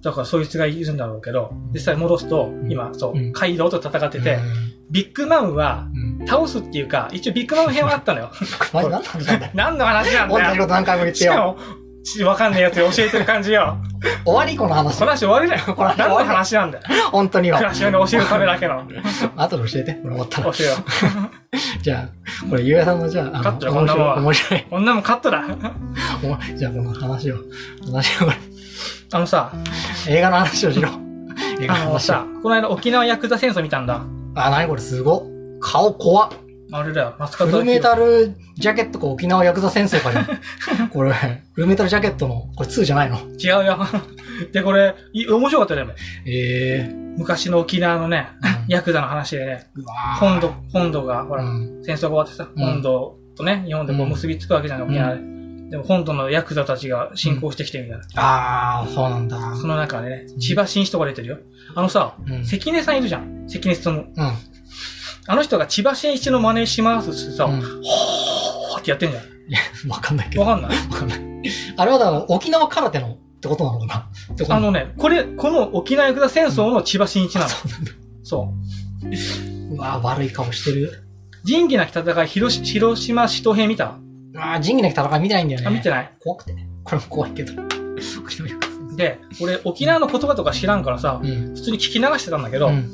S2: だからそいつがいるんだろうけど、実際戻すと、今、そうう、
S1: ん
S2: カイドウと戦って
S1: 出
S2: て、ビッグマムは
S1: うん。
S2: 倒すってい うか、一応ビッグマム編はあったのよ。
S1: マジ何なんだよ。
S2: 何の話なん
S1: 同
S2: だ
S1: じ
S2: よ
S1: こと何回も言って
S2: しか
S1: よ。
S2: も、ちわかんねえやつに教えてる感じよ。
S1: 終わりこの話
S2: そ。の話終わり だよ。
S1: この話
S2: 何の話なんだよ。
S1: 本当に
S2: 暮
S1: は。
S2: らしをね、教えるためだけ の。教
S1: 後で教えて。俺思ったら。
S2: えよ
S1: じゃあ、これ、ゆうやさんの、じゃあ、あ
S2: カ
S1: の
S2: ットよ
S1: 面
S2: こんなも
S1: 白
S2: ん
S1: い、
S2: は
S1: 面白い、
S2: う。こんなもんカットだ。
S1: おもじゃあ、この話を、話を、こ
S2: あのさ、
S1: れ映画の話をしろ。映画
S2: あ
S1: の
S2: の
S1: 話を。
S2: さ、この間沖縄ヤクザ戦争見たんだ。
S1: あ、なにこれ、すごっ。顔怖っ。
S2: あれだよ、松
S1: フ
S2: 方
S1: ルメタルジャケットか沖縄ヤクザ戦争か じゃん。これ、フルメタルジャケットの、これ2じゃないの
S2: 違うよ。 で、これ、い面白かったよ、でも。
S1: ええー。
S2: 昔の沖縄のね、
S1: うん
S2: ヤクザの話でね、
S1: うわ
S2: 本土、本土が、ほら、
S1: うん
S2: 戦争が終わってさ、
S1: うん
S2: 本土とね、日本でこう結びつくわけじゃない、
S1: うん
S2: 沖縄で。でも本土のヤクザたちが侵攻してきてみたいな。
S1: ああ、そうなんだ。
S2: その中でね
S1: うん、
S2: 千葉真一とか出てるよ。あのさ、
S1: うん。
S2: 関根さんいるじゃん。関根さんの。
S1: うん。
S2: あの人が千葉真一の真似しますってさ、
S1: う
S2: ほ
S1: ん
S2: ーってやってんじゃん。
S1: いや、わかんないけど。わ
S2: わかんない
S1: かんない。あれはだから、沖縄空手のってことなのかなってこと
S2: あのね、これ、この沖縄ヤクザ戦争の千葉真一なの。
S1: そうなんだ。
S2: そう
S1: わ悪い顔してる。
S2: う。仁義なき戦い、広し広島死闘兵見た
S1: ああ、仁義なき戦い見てないんだよね。
S2: あ、見てない
S1: 怖くて。これも怖い けど。沖縄空
S2: で、俺、沖縄の言葉とか知らんからさ、
S1: 手。うん。
S2: 普通に聞き流してたんだけど、
S1: うん。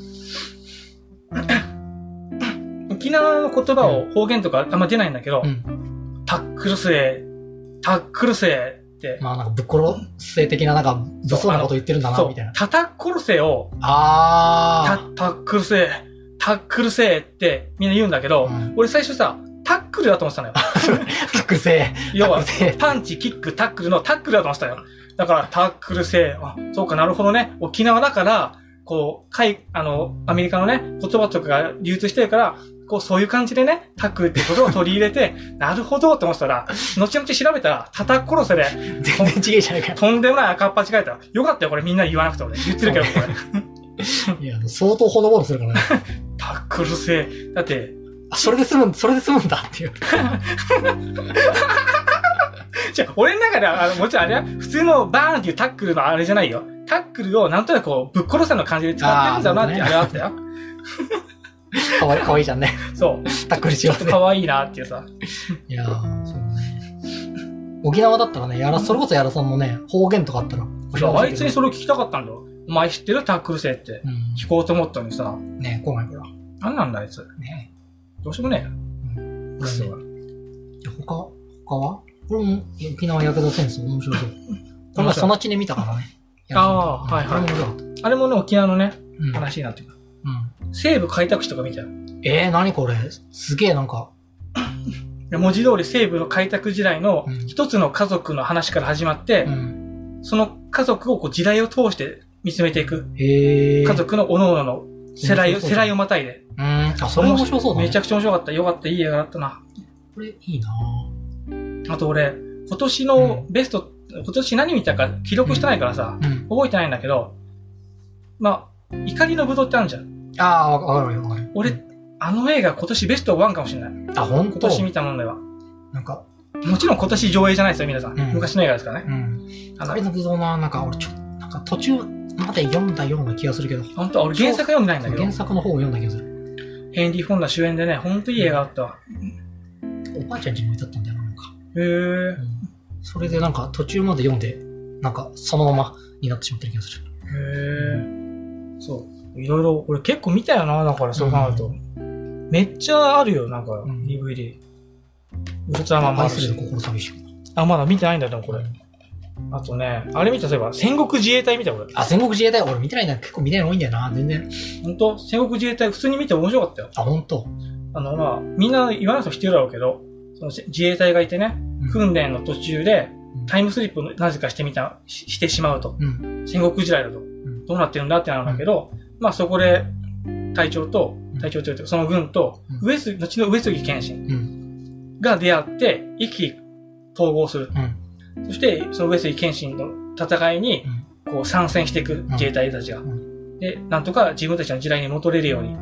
S2: 沖縄の言葉を方言とかあんま出ないんだけど、
S1: うん。
S2: タックルせー、タックルせーって、
S1: まあなんか、ぶっ殺せ的な、なんか、物騒なこと言ってるんだな、
S2: そう
S1: みたいな、。
S2: 叩く殺せを、タ
S1: あ
S2: タックルせー、タックルせーってみんな言うんだけど、
S1: うん
S2: 俺最初さ、タックルだと思ってたのよ。
S1: あ、特性。
S2: 要は
S1: 特、性。
S2: パンチ、キック、タックルのタックルだと思ってたよ。だから、タックルせー、あ、そうかなるほどね。沖縄だから、こう、海、あの、アメリカのね、言葉とかが流通してるから、こう、そういう感じでね、タックルってことを取り入れて、 なるほどと思ってたら、後々調べたら、叩く殺せで、
S1: 全然ちげえじゃないかよ。
S2: とんでもない赤っ端がいた。よかったよ、これみんな言わなくて俺。言ってるけど、 こ
S1: い
S2: れ。
S1: や、相当ほのぼのするからね。
S2: タックルせー。だって、
S1: あ、それで済むん、それで済むんだっていう。
S2: じゃあ俺の中では、あの、もちろんあれは、普通のバーンっていうタックルのあれじゃないよ。タックルをなんとなくこう、ぶっ殺せの感じで使ってるんだろうなって、
S1: あ
S2: あ
S1: ー
S2: れはあったよ。
S1: かわいい、かわいいじゃんね。
S2: そう。
S1: タックルし
S2: ち
S1: よ
S2: ょっ
S1: う
S2: と
S1: ぜ。
S2: 可愛いなってい うさ。
S1: いやー、そうね。沖縄だったらね、やら、それこそやらさんのね、方言とかあったら
S2: いや、あいつに
S1: う
S2: それを聞きたかったんだよ。お前知ってるタックル生って。聞
S1: ん。
S2: こうと思ったのにさ。
S1: ね来ないから。
S2: なんなんだあいつ。
S1: ね
S2: どうしようもねえよ。
S1: く
S2: ク
S1: そ
S2: ソ
S1: が
S2: が。
S1: 他、他はこれも沖縄ヤクザ戦争面 白そう。これもそのちで見たからね。
S2: あー
S1: ヤクザこれ
S2: はいはい
S1: も面白かった。
S2: あれもね、沖縄のね、
S1: うん
S2: 話になってる。
S1: うん。
S2: 西部開拓史とか見たよ。い
S1: えー、何これすげえなんか、
S2: や文字通り西部の開拓時代の
S1: うん
S2: 一つの家族の話から始まって
S1: う、ん。
S2: その家族をこう時代を通して見つめていく。
S1: えー。
S2: 家族の各々の世代を、
S1: 面白そう
S2: 世代をまたいで。
S1: うん。あ、それ面白そうだね。
S2: めちゃくちゃ面白かった。よかった。いい映画だったな。
S1: これいいなぁ
S2: あと俺、今年のベスト、今年何見たか記録してないからさ、
S1: うん。
S2: 覚えてないんだけど、まあ、怒りのブドウってあるじゃん。
S1: あー、わかるよ、わかる。
S2: 俺、あの映画今年ベストワンかもしれない。今
S1: あ、ほんと
S2: 年見たものでは。
S1: なんか、
S2: もちろん今年上映じゃないですよ、皆さん。
S1: うん
S2: 昔の映画ですからね。
S1: うん。
S2: あ
S1: あれ
S2: の、
S1: のぶどうな、なんか俺ちょっと、なんか途中まで読んだような気がするけど、
S2: 本当俺原作読んでないんだけど
S1: 原、作の方を読んだ気がする。
S2: ヘンリー・フォンダ主演でね、本当いい映画だったわ。
S1: おばあちゃんちに置いてあったんだよな、なんか。
S2: へー。
S1: それでなんか途中まで読んで、なんかそのままになってしまってる気がする。
S2: へえ。そう。いろいろ、俺結構見たよな、だからそう考えると。めっちゃあるよ、なんか、
S1: ん
S2: DVD。ウルトラマンもあ
S1: 愛
S2: る
S1: する
S2: し。
S1: 心寂しい。
S2: あ、まだ見てないんだよ、でもこれ。あとね、あれ見た、そういえば、戦国自衛隊見た、俺。
S1: あ、戦国自衛隊俺見てないんだ結構見てないの多いんだよな、全然。
S2: ほんと戦国自衛隊普通に見て面白かったよ。
S1: あ、ほんと。
S2: あの、まあ、みんな言わなくても知ってるだろうけど、そのせ自衛隊がいてね、
S1: うん。
S2: 訓練の途中で
S1: うん、
S2: タイムスリップをなぜかしてみた、ししてしまうと。
S1: うん。
S2: 戦国時代だと。
S1: ん
S2: どうなってるんだってなるんだけど、まあそこで、隊長と
S1: うん、
S2: 隊長というかその軍と、
S1: うん
S2: 上杉、後の上杉謙信
S1: うん。
S2: が出会って、意気統合する。
S1: うん。
S2: そして、その上杉謙信の戦いに、こう参戦していく自衛隊たちが。
S1: うんう
S2: で、なんとか自分たちの時代に戻れるように。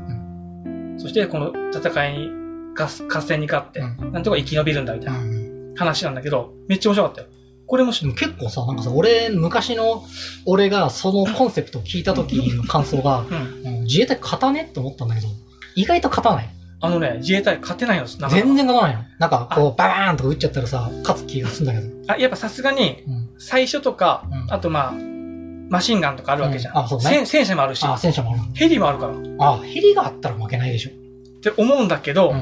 S2: そして、この戦いに、合合戦に勝って、
S1: う
S2: なんとか生き延びるんだみたいな
S1: うん。
S2: 話なんだけど、めっちゃ面白かったよ。これも
S1: で
S2: し
S1: も結構さ、なんかさ、俺、昔の俺がそのコンセプトを聞いた時の感想が、
S2: うん。
S1: うん自衛隊勝たねって思ったんだけど、意外と勝たない。
S2: あのね、自衛隊勝てないの、なかなか
S1: 全然勝たないの。なんか、こう、ババーンとか撃っちゃったらさ、勝つ気がするんだけど。
S2: あ、やっぱさすがに
S1: うん、
S2: 最初とか、
S1: うん
S2: あとまあ、マシンガンとかあるわけじゃん。
S1: うんあそうね
S2: 戦戦車もあるし、
S1: あ、戦車もある。
S2: ヘリもあるから。っ
S1: あ、ヘリがあったら負けないでしょ。
S2: て思うんだけど、
S1: う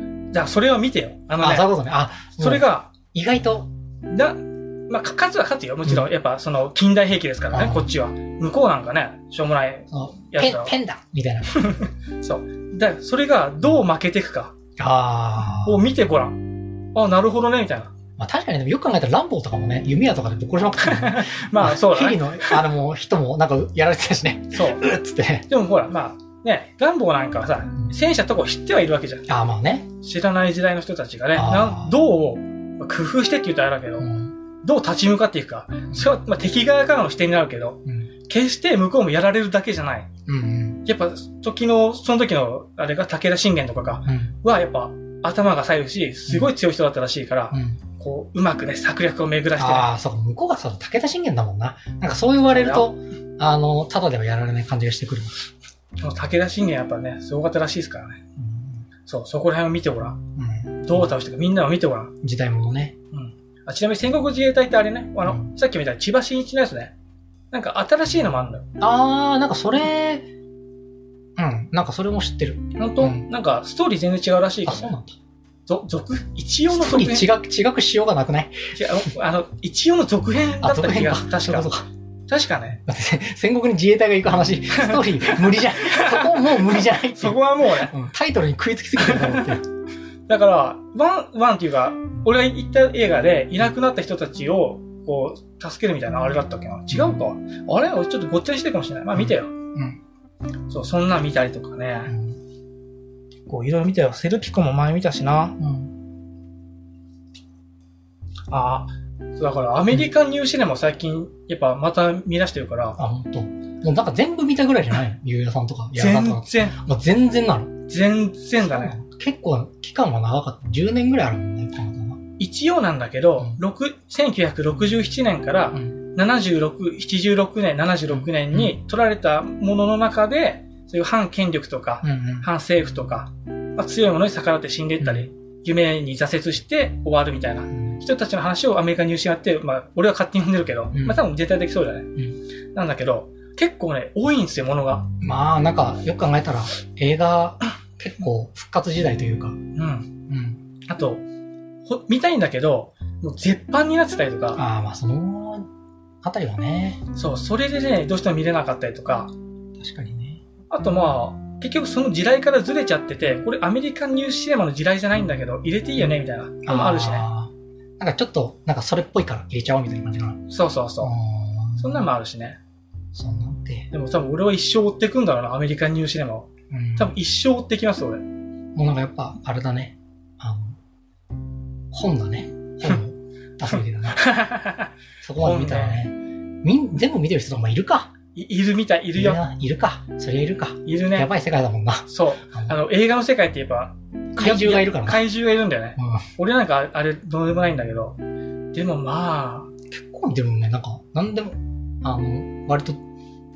S1: ん。
S2: じゃあそれは見てよ。あの
S1: あ、そうい
S2: ね、
S1: うことね。あ、
S2: それが、
S1: 意外と、
S2: だ、まあ、か勝つは勝つよ。もちろん、やっぱその近代兵器ですから
S1: あ
S2: ね、
S1: ー
S2: こっちは。向こうなんかね、しょうもない。
S1: その
S2: や
S1: ペ
S2: つだ
S1: ン、ペンだみたいな。
S2: そう。だからそれがどう負けていくか
S1: ああ
S2: を。見てごらん。あ、なるほどね、みたいな。
S1: まあ確かに、でもよく考えたら、ランボーとかもね、弓矢とかでぶっ殺しまくってたもんね
S2: まあ、そうだ
S1: ヘリ
S2: ね。
S1: の、あの、もう人もなんかやられてたしね。
S2: そう。
S1: うっつっ て。
S2: でもほら、まあ、ね、ランボーなんかはさ、戦車とかを知ってはいるわけじゃん。
S1: ああ、まあね。
S2: 知らない時代の人たちがね、
S1: あー
S2: なんどうまあ工夫してって言うとあれだけど、
S1: うん。
S2: どう立ち向かっていくか。それは、まあ、敵側からの視点になるけど、
S1: うん。
S2: 決して向こうもやられるだけじゃない。
S1: うん。
S2: やっぱ、時の、その時の、あれが武田信玄とかが、
S1: うん。
S2: はやっぱ、頭が冴えるし、すごい強い人だったらしいから、
S1: うん。
S2: こう、うまくね、策略を巡らして、ね、
S1: ああ、そうか、向こうがその武田信玄だもんな。なんかそう言われると、あの、ただではやられない感じがしてくる。
S2: その武田信玄やっぱね、すごかったらしいですからね。そう、そこら辺を見てごらん。
S1: うん。
S2: どう倒していくか、みんなを見てごらん。
S1: 時代物ね。
S2: あちなみに戦国自衛隊ってあれね、あの、
S1: う
S2: さっき見た千葉真一のやつね。なんか新しいのもあるんだよ。
S1: ああ、なんかそれ、うん、なんかそれも知ってる。
S2: 本当、
S1: うん
S2: なんかストーリー全然違うらしい
S1: あ、
S2: けど、
S1: そう
S2: ね、
S1: なんだ。
S2: ぞ続一応の
S1: 特
S2: 続
S1: に
S2: 編
S1: 違く、違くしようがなくない
S2: 違うあの、一応の続編だ
S1: あ、
S2: った
S1: 続
S2: 気
S1: 編
S2: が
S1: か。
S2: する。確
S1: そうかそう
S2: か。
S1: か。
S2: 確かね。
S1: だって、戦国に自衛隊が行く話、ストーリー無理じゃん。そこもう無理じゃないっていう
S2: そこはもうね。
S1: うんタイトルに食いつきすぎてるだろうっていう。
S2: だから、ワン、ワンっていうか、俺が行った映画でいなくなった人たちを、こう、助けるみたいなあれだったっけな。違うか。あれ俺ちょっとごっちゃにしてるかもしれない。まあ見てよ。
S1: ん
S2: そう、そんなん見たりとか
S1: う
S2: ね。
S1: ん
S2: こう、いろいろ見たよ。セルピコも前見たし
S1: う
S2: な。
S1: ん。
S2: ああ。そうだから、アメリカンニューシネマを最近、やっぱまた見出してるから、
S1: あ、ほんと。もうなんか全部見たぐらいじゃないの ゆうやさんとか、やらさんと
S2: 全
S1: か。
S2: 然、
S1: もう全然なの。
S2: 全然だね。
S1: 結構、期間は長かった。10年ぐらいあるもんね、たまたま。
S2: 一応なんだけど、
S1: う
S2: 六1967年から
S1: うん
S2: 76、76年、76年に取られたものの中で、そういう反権力とか、
S1: うんうん。
S2: 反政府とか、まあ、強いものに逆らって死んでいったり、夢に挫折して終わるみたいな人たちの話をアメリカに失って、まあ、俺は勝手に呼んでるけど、
S1: うん
S2: まあ多分全体的そうだね。なんだけど、結構ね、多いんですよ、ものが。
S1: まあ、なんか、よく考えたら、映画、結構復活時代というか。う
S2: うん。
S1: ん。
S2: あと、ほ見たいんだけど、もう絶版になってたりとか、
S1: ああ、まあ、その、あたりはね、
S2: そう、それでね、どうしても見れなかったりとか、
S1: 確かにね。
S2: あとまあ、結局その時代からずれちゃってて、これアメリカンニューシネマの時代じゃないんだけど、入れていいよね、みたいなのもあるしね。
S1: ね。なんかちょっと、なんかそれっぽいから入れちゃおうみたいな感じかな。
S2: そうそうそう。
S1: あー
S2: そんなんもあるしね。
S1: そんなんて。
S2: でも多分俺は一生追ってくんだろうな、アメリカンニューシネマを。
S1: うん
S2: 多分一生追ってきます、俺。
S1: もうなんかやっぱ、あれだね。あの、本だね。本を出すみたいな ね。そこまで見たらね。みん、全部見てる人とかもいるか。
S2: いいるみたい、い
S1: い
S2: るよ。
S1: な。いるか。そりゃいるか。
S2: いる
S1: や
S2: ね。
S1: ばい世界だもんな。
S2: そう。あの、映画の世界って言えば、
S1: 怪獣がいるからな
S2: 怪獣がいるんだよね。
S1: う
S2: 俺なんかあれ、どうでもないんだけど。でもまあ、
S1: ん結構見てるもんね。なんか、なんでも、あの、割と、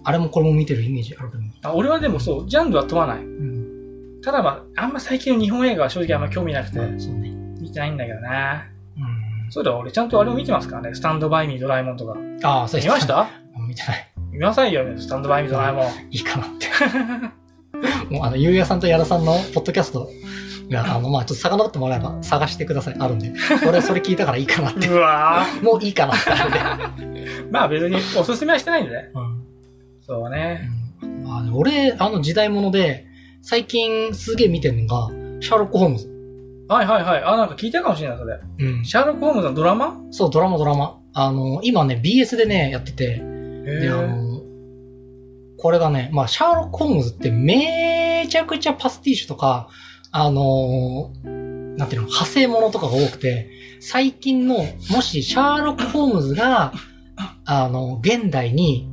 S1: あれもこれも見てるイメージあるけど。
S2: あ俺はでもそう、ジャンルは問わない。
S1: うん。
S2: ただまあ、あんま最近の日本映画は正直あんま興味なくて、
S1: そうね。
S2: 見てないんだけどね。
S1: うん。
S2: そうだ、俺ちゃんとあれを見てますからね。スタンドバイミードラえもんとか。
S1: ああ、そう
S2: 見ました
S1: 見てない。
S2: 見なさいよ、スタンドバイミードラえもん。
S1: いいかなって。もう、あの、ゆうやさんとやださんのポッドキャストが、あの、まあちょっと遡ってもらえば探してください。あるんで。俺、それ聞いたからいいかなって。
S2: うわ ぁ。
S1: もういいかなってあるんで。
S2: まあ別におすすめはしてないんでね。
S1: うん
S2: そうね。
S1: うんあの俺、あの時代物で、最近すげえ見てるのが、シャーロック・ホームズ。
S2: はいはいはい。あ、なんか聞いたかもしれない、それ。
S1: うん
S2: シャーロック・ホームズのドラマ
S1: そう、ドラマドラマ。あの、今ね、BS でね、やってて、
S2: へ
S1: で、あ
S2: ぇ
S1: の、これがね、まあ、シャーロック・ホームズってめちゃくちゃパスティッシュとか、あのーなんていうの、派生ものとかが多くて、最近の、もしシャーロック・ホームズが、あの、現代に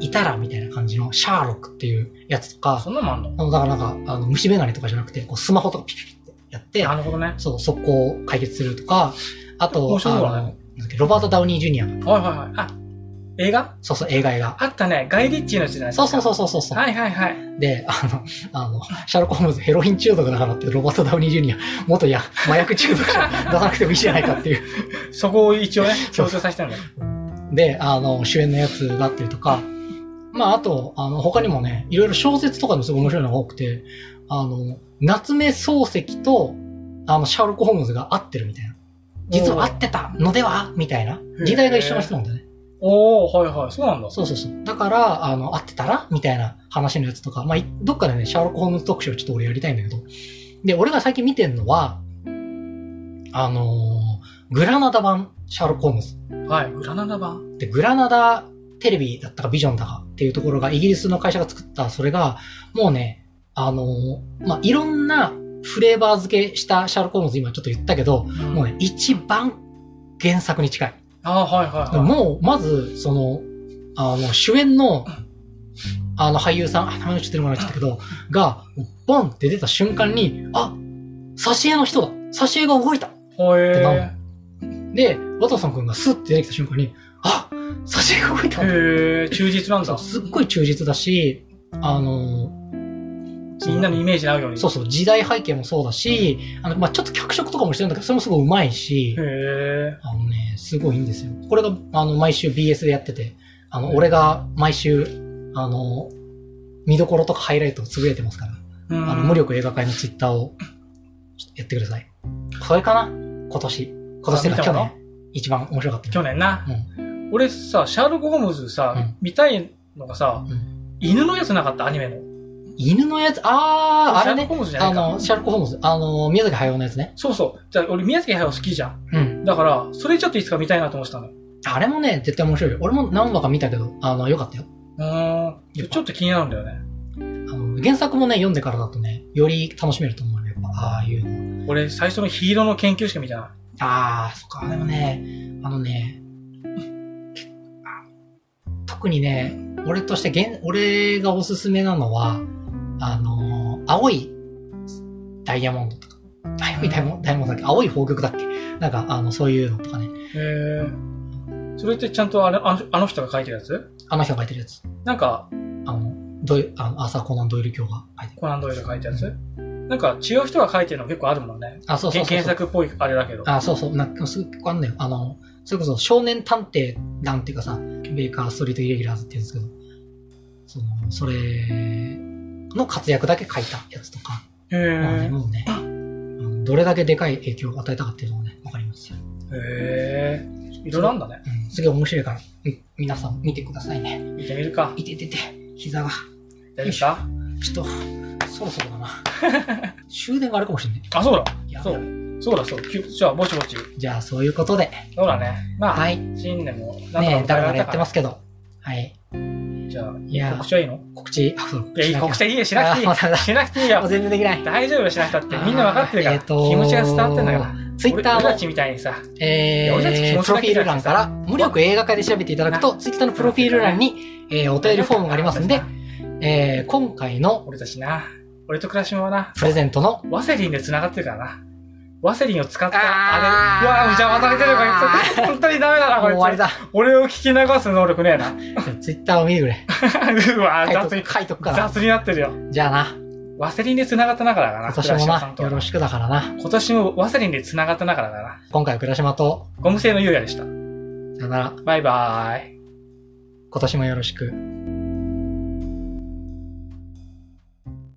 S1: いたらみたいな感じのシャーロックっていうやつとか、
S2: そんなもんあんの
S1: あの、だからなんか、あの、虫眼鏡とかじゃなくて、こう、スマホとかピピピってやって、
S2: なるほどね。
S1: そう、速攻を解決するとか、あと、
S2: 面
S1: あ
S2: 白い
S1: の、
S2: わね
S1: なんだっけロバート・ダウニー・ジュニアの、
S2: はいはいはい。あ、映画
S1: そうそう、映画映画。
S2: あったね。ガイ・リッチーのやつじゃないです
S1: そ
S2: か。
S1: うそうそううそうそう。
S2: はいはいはい。
S1: で、あの、あの、シャーロック・ホームズヘロイン中毒だからって、ロバート・ダウニー・ジュニア、元や、麻薬中毒者出さなくてもいいじゃないかっていう。
S2: そこを一応ね、強調させたんだよ。
S1: で、あの、主演のやつだったりとか、まあ、あと、あの、他にもね、いろいろ小説とかでもすごい面白いのが多くて、あの、夏目漱石と、あの、シャーロック・ホームズが合ってるみたいな。実は合ってたのではみたいな。時代が一緒の人なんだよね。
S2: おおはいはい、そうなんだ。
S1: そうそうそう。だから、あの、合ってたらみたいな話のやつとか、まあ、いどっかでね、シャーロック・ホームズ特集をちょっと俺やりたいんだけど。で、俺が最近見てんのは、あのーグラナダ版シャーロック・ホームズ。
S2: はい、グラナダ版。
S1: で、グラナダテレビだったかビジョンだかっていうところがイギリスの会社が作った、それが、もうね、あのーまあ、いろんなフレーバー付けしたシャーロック・ホームズ今ちょっと言ったけど、もうね、一番原作に近い。
S2: ああ、はいはいはい。
S1: もう、まず、その、あの、主演の、あの、俳優さん、あ、名前をちょっと出てもらっちゃったけど、が、ボンって出た瞬間に、あ、挿絵の人だ挿絵が動いた
S2: ほえ
S1: って
S2: ー。
S1: なで、ワトソン君がスッて出てきた瞬間に、あ、挿絵が動いた
S2: へえ、忠実なん
S1: そ
S2: だ
S1: う。すっごい忠実だし、あの、
S2: みんなのイメージに合うように。
S1: そうそう、時代背景もそうだし、あの、まあ、ちょっと脚色とかもしてるんだけど、それもすごい上手いし、
S2: へえ。
S1: あのね、すごいいいんですよ。これが、あの、毎週 BS でやってて、あの、俺が毎週、あの、見どころとかハイライトをつぶやいてますから、
S2: うん
S1: あの、無。力映画界のツイッターを、ちょっとやってください。これかな今年。今年っていうか
S2: あ見
S1: 去
S2: たもの
S1: 年。一番面白かった。
S2: 去。年な。俺さ、シャーロック・ホームズさ、
S1: うん
S2: 見たいのがさ、
S1: う
S2: 犬のやつなかったアニメの。
S1: 犬のやつ、あー、あれ
S2: シャーロック・
S1: ね。
S2: ホームズじゃな
S1: あ
S2: いか。
S1: の、シャーロック・ホームズ。あの、宮崎駿のやつね。
S2: そうそう。じゃあ、俺、宮崎駿好きじゃん。
S1: うん。
S2: だから、それちょっといつか見たいなと思ってたのよ。
S1: あれもね、絶対面白いよ。俺も何話か見たけど、あの、よかったよ。
S2: うーん。ちょっと気になるんだよね。
S1: あの、原作もね、読んでからだとね、より楽しめると思うよ。やっぱ、ああいうの。
S2: 俺、最初のヒーローの研究しか見てな
S1: ああ、そっか、でもね、あのね、特にね、俺として現、俺がおすすめなのは、あのー青いダイヤモンドとか、青いダイヤモンドダイヤモンドだっけ青い宝玉だっけなんか、あの、そういうのとかね、
S2: い。へえ。それってちゃんとあれあのあの人が書いてるやつ
S1: あの人が書いてるやつ。
S2: なんか、
S1: あの、ドイあのアーサー・コナン・ドイル教が書いてる。
S2: コナンドイルが書いたやつ、なんか、違う人が書いてるの結構あるもんね。
S1: あ、そうそうそう
S2: 原
S1: そう。
S2: 作っぽいあれだけど。
S1: あ、そうそう。なんか、すぐ結構あんのよ。あの、それこそ少年探偵団っていうかさ、ベイカーストリートイレギュラーズって言うんですけど、その、それの活躍だけ書いたやつとか、
S2: へ
S1: まあね
S2: え。
S1: もうね、うんどれだけでかい影響を与えたかっていうのがね、わかりますよ。
S2: へえ。いろいろあんだね。
S1: うん、すげえ面白いから、うん、皆さん見てくださいね。
S2: 見てみるか。
S1: いててて、膝が、
S2: 大丈夫ですか
S1: ちょっと、そろそろだな。 終電があるかもしれない。
S2: あ、そうだ。
S1: や
S2: そ
S1: べ
S2: う。そうだ、そう。きゅじゃあ、ぼちぼち。
S1: じゃあ、そういうことで、
S2: そうだね。まあ、
S1: はい。
S2: 新年も、なんとか迎
S1: ね
S2: え
S1: だら
S2: ら
S1: だ
S2: れ
S1: らや
S2: た
S1: っ
S2: か
S1: て
S2: ら。
S1: ますけど、はい。
S2: じゃ
S1: いや
S2: あ、告知はいいの
S1: 告知、あ、そう、
S2: いや、いい告知はいいよ。しなくてい
S1: あまだ
S2: い。
S1: だ
S2: しなくていいよ
S1: もう。全然できない。
S2: 大丈夫よ、しなくたって。みんな分かってるか
S1: あ
S2: ら。
S1: ーえーとー
S2: 気持ちが伝わってんだから。
S1: ツイッタ
S2: 俺俺
S1: ー
S2: た
S1: の、
S2: ちみたいにさ、
S1: え
S2: 俺たち気
S1: ー、
S2: 持
S1: プ
S2: ち
S1: ロ
S2: だ
S1: フ
S2: け
S1: ィール欄から、無力映画化で調べていただくと、ツイッターのプロフィール欄に、えー、お便りフォームがありますんで、えー、今回の
S2: 俺たちな、俺と暮らしもはな、
S1: プレゼントの、
S2: ワセリンで繋がってるからな。ワセリンを使った、
S1: あ
S2: あ
S1: ー
S2: れ、うわ、邪魔されてる
S1: あ
S2: こいつ。本当にダメだな、
S1: もう終わ
S2: こい
S1: り
S2: つ。
S1: だ。
S2: 俺を聞き流す能力ねえな。
S1: ツイッターを見てくれ。
S2: うわ、
S1: 書い
S2: 雑
S1: と
S2: に、
S1: く、書いとくから。
S2: 雑になってるよ。
S1: じゃあな、
S2: ワセリンで繋がった中だからな、
S1: 今年も
S2: 倉島さん
S1: な、
S2: と
S1: よ
S2: は
S1: ろしくだからな。
S2: 今年もワセリンで繋がった中だからな。
S1: 今回は倉島と、
S2: ゴム製の優也でした。
S1: さよなら、
S2: バイバーイ。
S1: 今年もよろしく。